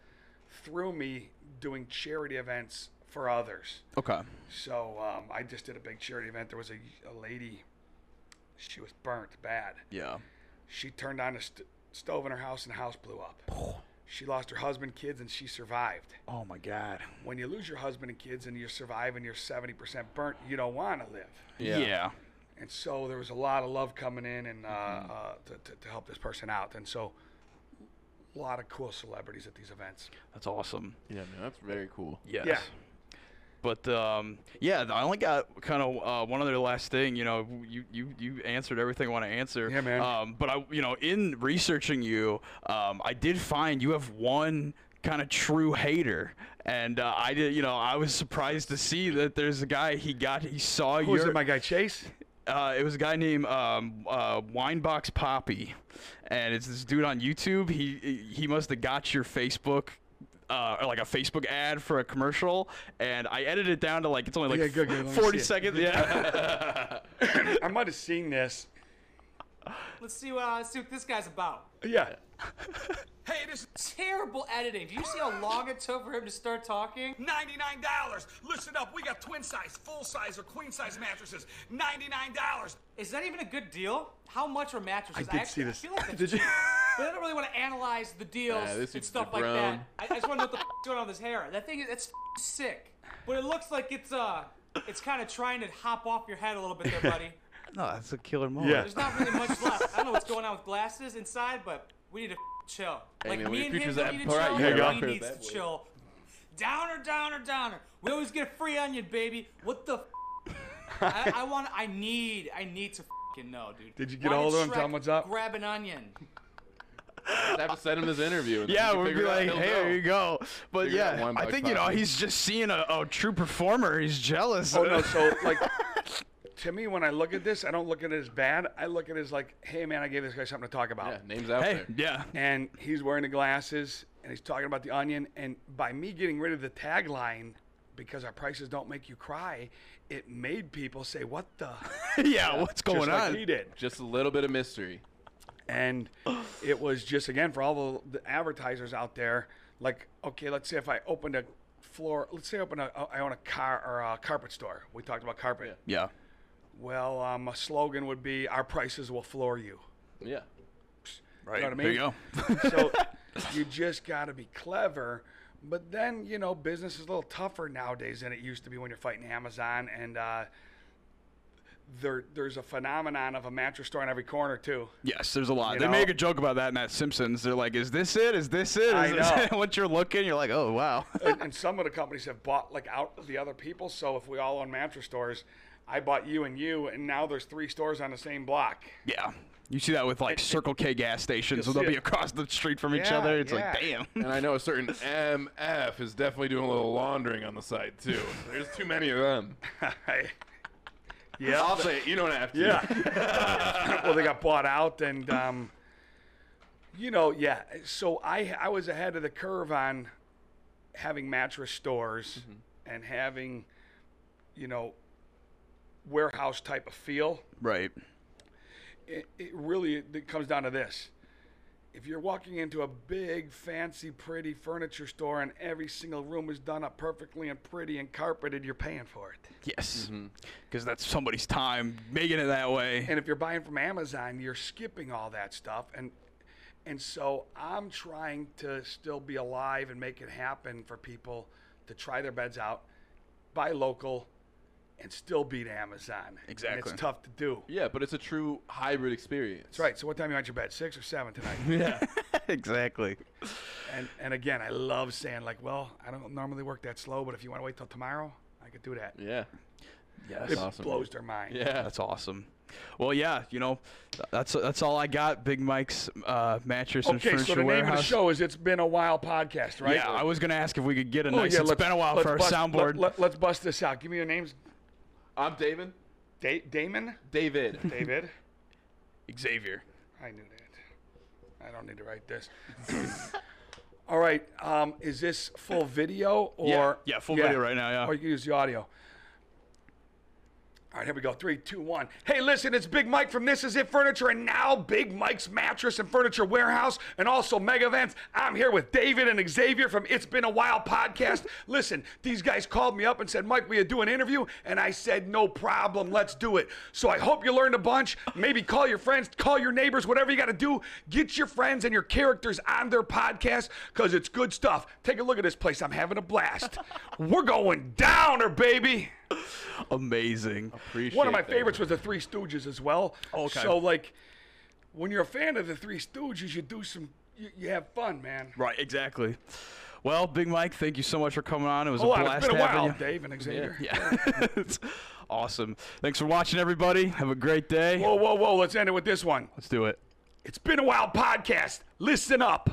[SPEAKER 5] through me doing charity events for others.
[SPEAKER 3] Okay.
[SPEAKER 5] So um, I just did a big charity event. There was a, a lady, she was burnt bad.
[SPEAKER 3] Yeah.
[SPEAKER 5] She turned on a st- stove in her house, and the house blew up. She lost her husband, kids, and she survived.
[SPEAKER 3] Oh my God.
[SPEAKER 5] When you lose your husband and kids, and you survive, and you're 70% burnt, you don't want to live.
[SPEAKER 3] Yeah. Yeah.
[SPEAKER 5] And so there was a lot of love coming in and uh, uh, to, to, to help this person out. And so a lot of cool celebrities at these events.
[SPEAKER 3] That's awesome.
[SPEAKER 4] Yeah, man, that's very cool.
[SPEAKER 3] Yes.
[SPEAKER 5] Yeah.
[SPEAKER 3] But um, yeah, I only got kind of uh, one other last thing. You know, you, you you answered everything I want to answer. Yeah,
[SPEAKER 5] man.
[SPEAKER 3] Um, but I, you know, in researching you, um, I did find you have one kind of true hater, and uh, I did. You know, I was surprised to see that there's a guy. He got. He saw
[SPEAKER 5] Who
[SPEAKER 3] you.
[SPEAKER 5] is it, my guy Chase?
[SPEAKER 3] Uh, it was a guy named um, uh, Winebox Poppy, and it's this dude on YouTube. He he must have got your Facebook. Uh, like a Facebook ad for a commercial, and I edited it down to like it's only like
[SPEAKER 5] Yeah, good, good, let me see
[SPEAKER 3] 40
[SPEAKER 5] it.
[SPEAKER 3] seconds. Yeah.
[SPEAKER 5] I might have seen this.
[SPEAKER 13] Let's see what, uh, see what this guy's about.
[SPEAKER 5] Yeah.
[SPEAKER 13] Hey, this is terrible editing. Do you see how long it took for him to start talking?
[SPEAKER 12] Ninety-nine dollars. Listen up, we got twin size, full size, or queen size mattresses. Ninety-nine dollars.
[SPEAKER 13] Is that even a good deal? How much are mattresses?
[SPEAKER 12] I did
[SPEAKER 13] actually,
[SPEAKER 12] see
[SPEAKER 13] I feel like that's-
[SPEAKER 12] Did you-
[SPEAKER 13] But I don't really want to analyze the deals
[SPEAKER 12] Yeah, this
[SPEAKER 13] and
[SPEAKER 12] is
[SPEAKER 13] stuff like that.
[SPEAKER 12] DeBron.
[SPEAKER 13] I, I just want to know what the f- going on with his hair. That thing is that's f- sick. But it looks like it's uh, it's kind of trying to hop off your head a little bit there, buddy.
[SPEAKER 3] no, that's a killer moment.
[SPEAKER 13] There's not really much left. I don't know what's going on with glasses inside, but we need to f- chill.
[SPEAKER 4] Hey,
[SPEAKER 13] like
[SPEAKER 4] man, we
[SPEAKER 13] me and him
[SPEAKER 4] features
[SPEAKER 13] don't
[SPEAKER 4] that
[SPEAKER 13] need to
[SPEAKER 4] part.
[SPEAKER 13] chill.
[SPEAKER 4] Here you go.
[SPEAKER 13] he
[SPEAKER 4] Here,
[SPEAKER 13] needs
[SPEAKER 4] that
[SPEAKER 13] to
[SPEAKER 4] way.
[SPEAKER 13] chill. Downer, downer, downer. We always get a free onion, baby. What the? F- I, I want. I need. I need to fucking know, dude.
[SPEAKER 5] Did you get
[SPEAKER 13] Why
[SPEAKER 5] a hold
[SPEAKER 13] did
[SPEAKER 5] of him, tell
[SPEAKER 13] Shrek
[SPEAKER 5] him what's up?
[SPEAKER 13] Grab an onion.
[SPEAKER 4] I'd have to send him this interview. and then he
[SPEAKER 3] Yeah,
[SPEAKER 4] can
[SPEAKER 3] we'd
[SPEAKER 4] figure
[SPEAKER 3] be
[SPEAKER 4] it out.
[SPEAKER 3] like,
[SPEAKER 4] He'll
[SPEAKER 3] hey, here
[SPEAKER 4] know."
[SPEAKER 3] you go. But
[SPEAKER 4] Figure out
[SPEAKER 3] yeah,
[SPEAKER 4] one
[SPEAKER 3] I
[SPEAKER 4] by
[SPEAKER 3] think, you know,
[SPEAKER 4] five.
[SPEAKER 3] he's just seeing a, a true performer. He's jealous.
[SPEAKER 5] Oh no, so like to me when I look at this, I don't look at it as bad. I look at it as like, hey man, I gave this guy something to talk about. Yeah,
[SPEAKER 4] name's out Hey, there.
[SPEAKER 3] Yeah.
[SPEAKER 5] And he's wearing the glasses and he's talking about the onion. And by me getting rid of the tagline because our prices don't make you cry, it made people say, What the
[SPEAKER 3] Yeah, what's
[SPEAKER 5] Just
[SPEAKER 3] going
[SPEAKER 5] like
[SPEAKER 3] on?
[SPEAKER 5] he did.
[SPEAKER 4] Just a little bit of mystery.
[SPEAKER 5] And it was just again for all the, the advertisers out there, like, okay, let's say if I opened a floor, let's say I open a, I own a car or a carpet store. We talked about carpet.
[SPEAKER 3] Yeah.
[SPEAKER 5] Well, um, a slogan would be "Our prices will floor you."
[SPEAKER 4] Yeah.
[SPEAKER 5] You
[SPEAKER 3] Right.
[SPEAKER 5] know what I
[SPEAKER 3] There
[SPEAKER 5] mean?
[SPEAKER 3] you go.
[SPEAKER 5] so you just got to be clever. But then you know, business is a little tougher nowadays than it used to be when you're fighting Amazon, and uh, there there's a phenomenon of a mattress store on every corner too.
[SPEAKER 3] Yes, there's a lot.
[SPEAKER 5] You
[SPEAKER 3] they
[SPEAKER 5] know?
[SPEAKER 3] make a joke about that in that Simpsons. They're like, "Is this it? Is this it?" Is
[SPEAKER 5] I
[SPEAKER 3] this
[SPEAKER 5] know.
[SPEAKER 3] it? Once you're looking, you're like, "Oh wow."
[SPEAKER 5] and, and some of the companies have bought like out the other people. So if we all own mattress stores, I bought you and you, and now there's three stores on the same block.
[SPEAKER 3] Yeah. You see that with like Circle K gas stations, so
[SPEAKER 5] You'll
[SPEAKER 3] they'll
[SPEAKER 5] see
[SPEAKER 3] be
[SPEAKER 5] it.
[SPEAKER 3] across the street from each
[SPEAKER 5] Yeah,
[SPEAKER 3] other. It's like,
[SPEAKER 5] yeah.
[SPEAKER 3] damn.
[SPEAKER 4] And I know a certain MF is definitely doing a little laundering on the side too. There's too many of them.
[SPEAKER 5] Yeah.
[SPEAKER 4] I'll say it. You don't have to.
[SPEAKER 5] Yeah. well, they got bought out, and um, you know, yeah. So I I was ahead of the curve on having mattress stores and having, you know, warehouse type of feel.
[SPEAKER 3] Right.
[SPEAKER 5] It, it really it comes down to this. If you're walking into a big, fancy, pretty furniture store and every single room is done up perfectly and pretty and carpeted, you're paying for it.
[SPEAKER 3] Yes.
[SPEAKER 5] Mm-hmm.
[SPEAKER 3] Because that's somebody's time making it that way.
[SPEAKER 5] And if you're buying from Amazon, you're skipping all that stuff. And and so I'm trying to still be alive and make it happen for people to try their beds out, buy local, and still beat Amazon. And
[SPEAKER 4] Exactly.
[SPEAKER 5] it's tough to do.
[SPEAKER 4] Yeah, but it's a true hybrid experience.
[SPEAKER 5] That's right. So what time you on your bed? Six or seven tonight?
[SPEAKER 3] exactly.
[SPEAKER 5] And and again, I love saying like, well, I don't normally work that slow, but if you want to wait till tomorrow, I could do that.
[SPEAKER 4] Yeah. Yeah,
[SPEAKER 5] It blows their mind.
[SPEAKER 3] That's awesome. Well, yeah, you know, that's that's all I got. Big Mike's uh, mattress and
[SPEAKER 5] Okay,
[SPEAKER 3] furniture
[SPEAKER 5] so the name of
[SPEAKER 3] warehouse.
[SPEAKER 5] the show is "It's Been a While" podcast, right?
[SPEAKER 3] Yeah, I was gonna ask if we could get a
[SPEAKER 5] Oh,
[SPEAKER 3] nice.
[SPEAKER 5] yeah,
[SPEAKER 3] it's
[SPEAKER 5] let's-
[SPEAKER 3] been a while
[SPEAKER 5] let's
[SPEAKER 3] for our
[SPEAKER 5] bust-
[SPEAKER 3] soundboard.
[SPEAKER 5] Let, let, us bust this out. Give me your names.
[SPEAKER 4] I'm Damon.
[SPEAKER 5] Da- Damon.
[SPEAKER 4] David.
[SPEAKER 5] David.
[SPEAKER 3] Xavier.
[SPEAKER 5] I knew that. I don't need to write this. All right. Um, is this full video or?
[SPEAKER 3] Yeah, yeah, full video right now, yeah.
[SPEAKER 5] Or you can use the audio. All right, here we go. Three, two, one. Hey, listen, it's Big Mike from This Is It Furniture, and now Big Mike's Mattress and Furniture Warehouse, and also Mega Events. I'm here with David and Xavier from It's Been a While podcast. listen, these guys called me up and said, Mike, will you do an interview? And I said, no problem, let's do it. So I hope you learned a bunch. Maybe call your friends, call your neighbors, whatever you got to do. Get your friends and your characters on their podcast because it's good stuff. Take a look at this place. I'm having a blast. We're going downer, baby.
[SPEAKER 3] Amazing.
[SPEAKER 5] One of my favorites was the Three Stooges as well.
[SPEAKER 3] Okay.
[SPEAKER 5] So like, when you're a fan of the Three Stooges, you do some, you, you have fun, man.
[SPEAKER 3] Right, exactly. Well, Big Mike, thank you so much for coming on. It was
[SPEAKER 5] Oh,
[SPEAKER 3] a
[SPEAKER 5] it's
[SPEAKER 3] blast
[SPEAKER 5] been a
[SPEAKER 3] having
[SPEAKER 5] while,
[SPEAKER 3] you.
[SPEAKER 5] Dave and Xavier.
[SPEAKER 3] Yeah. yeah. It's awesome. Thanks for watching, everybody. Have a great day.
[SPEAKER 5] Whoa, whoa, whoa! Let's end it with this one.
[SPEAKER 3] Let's do it.
[SPEAKER 5] It's been a while podcast. Listen up.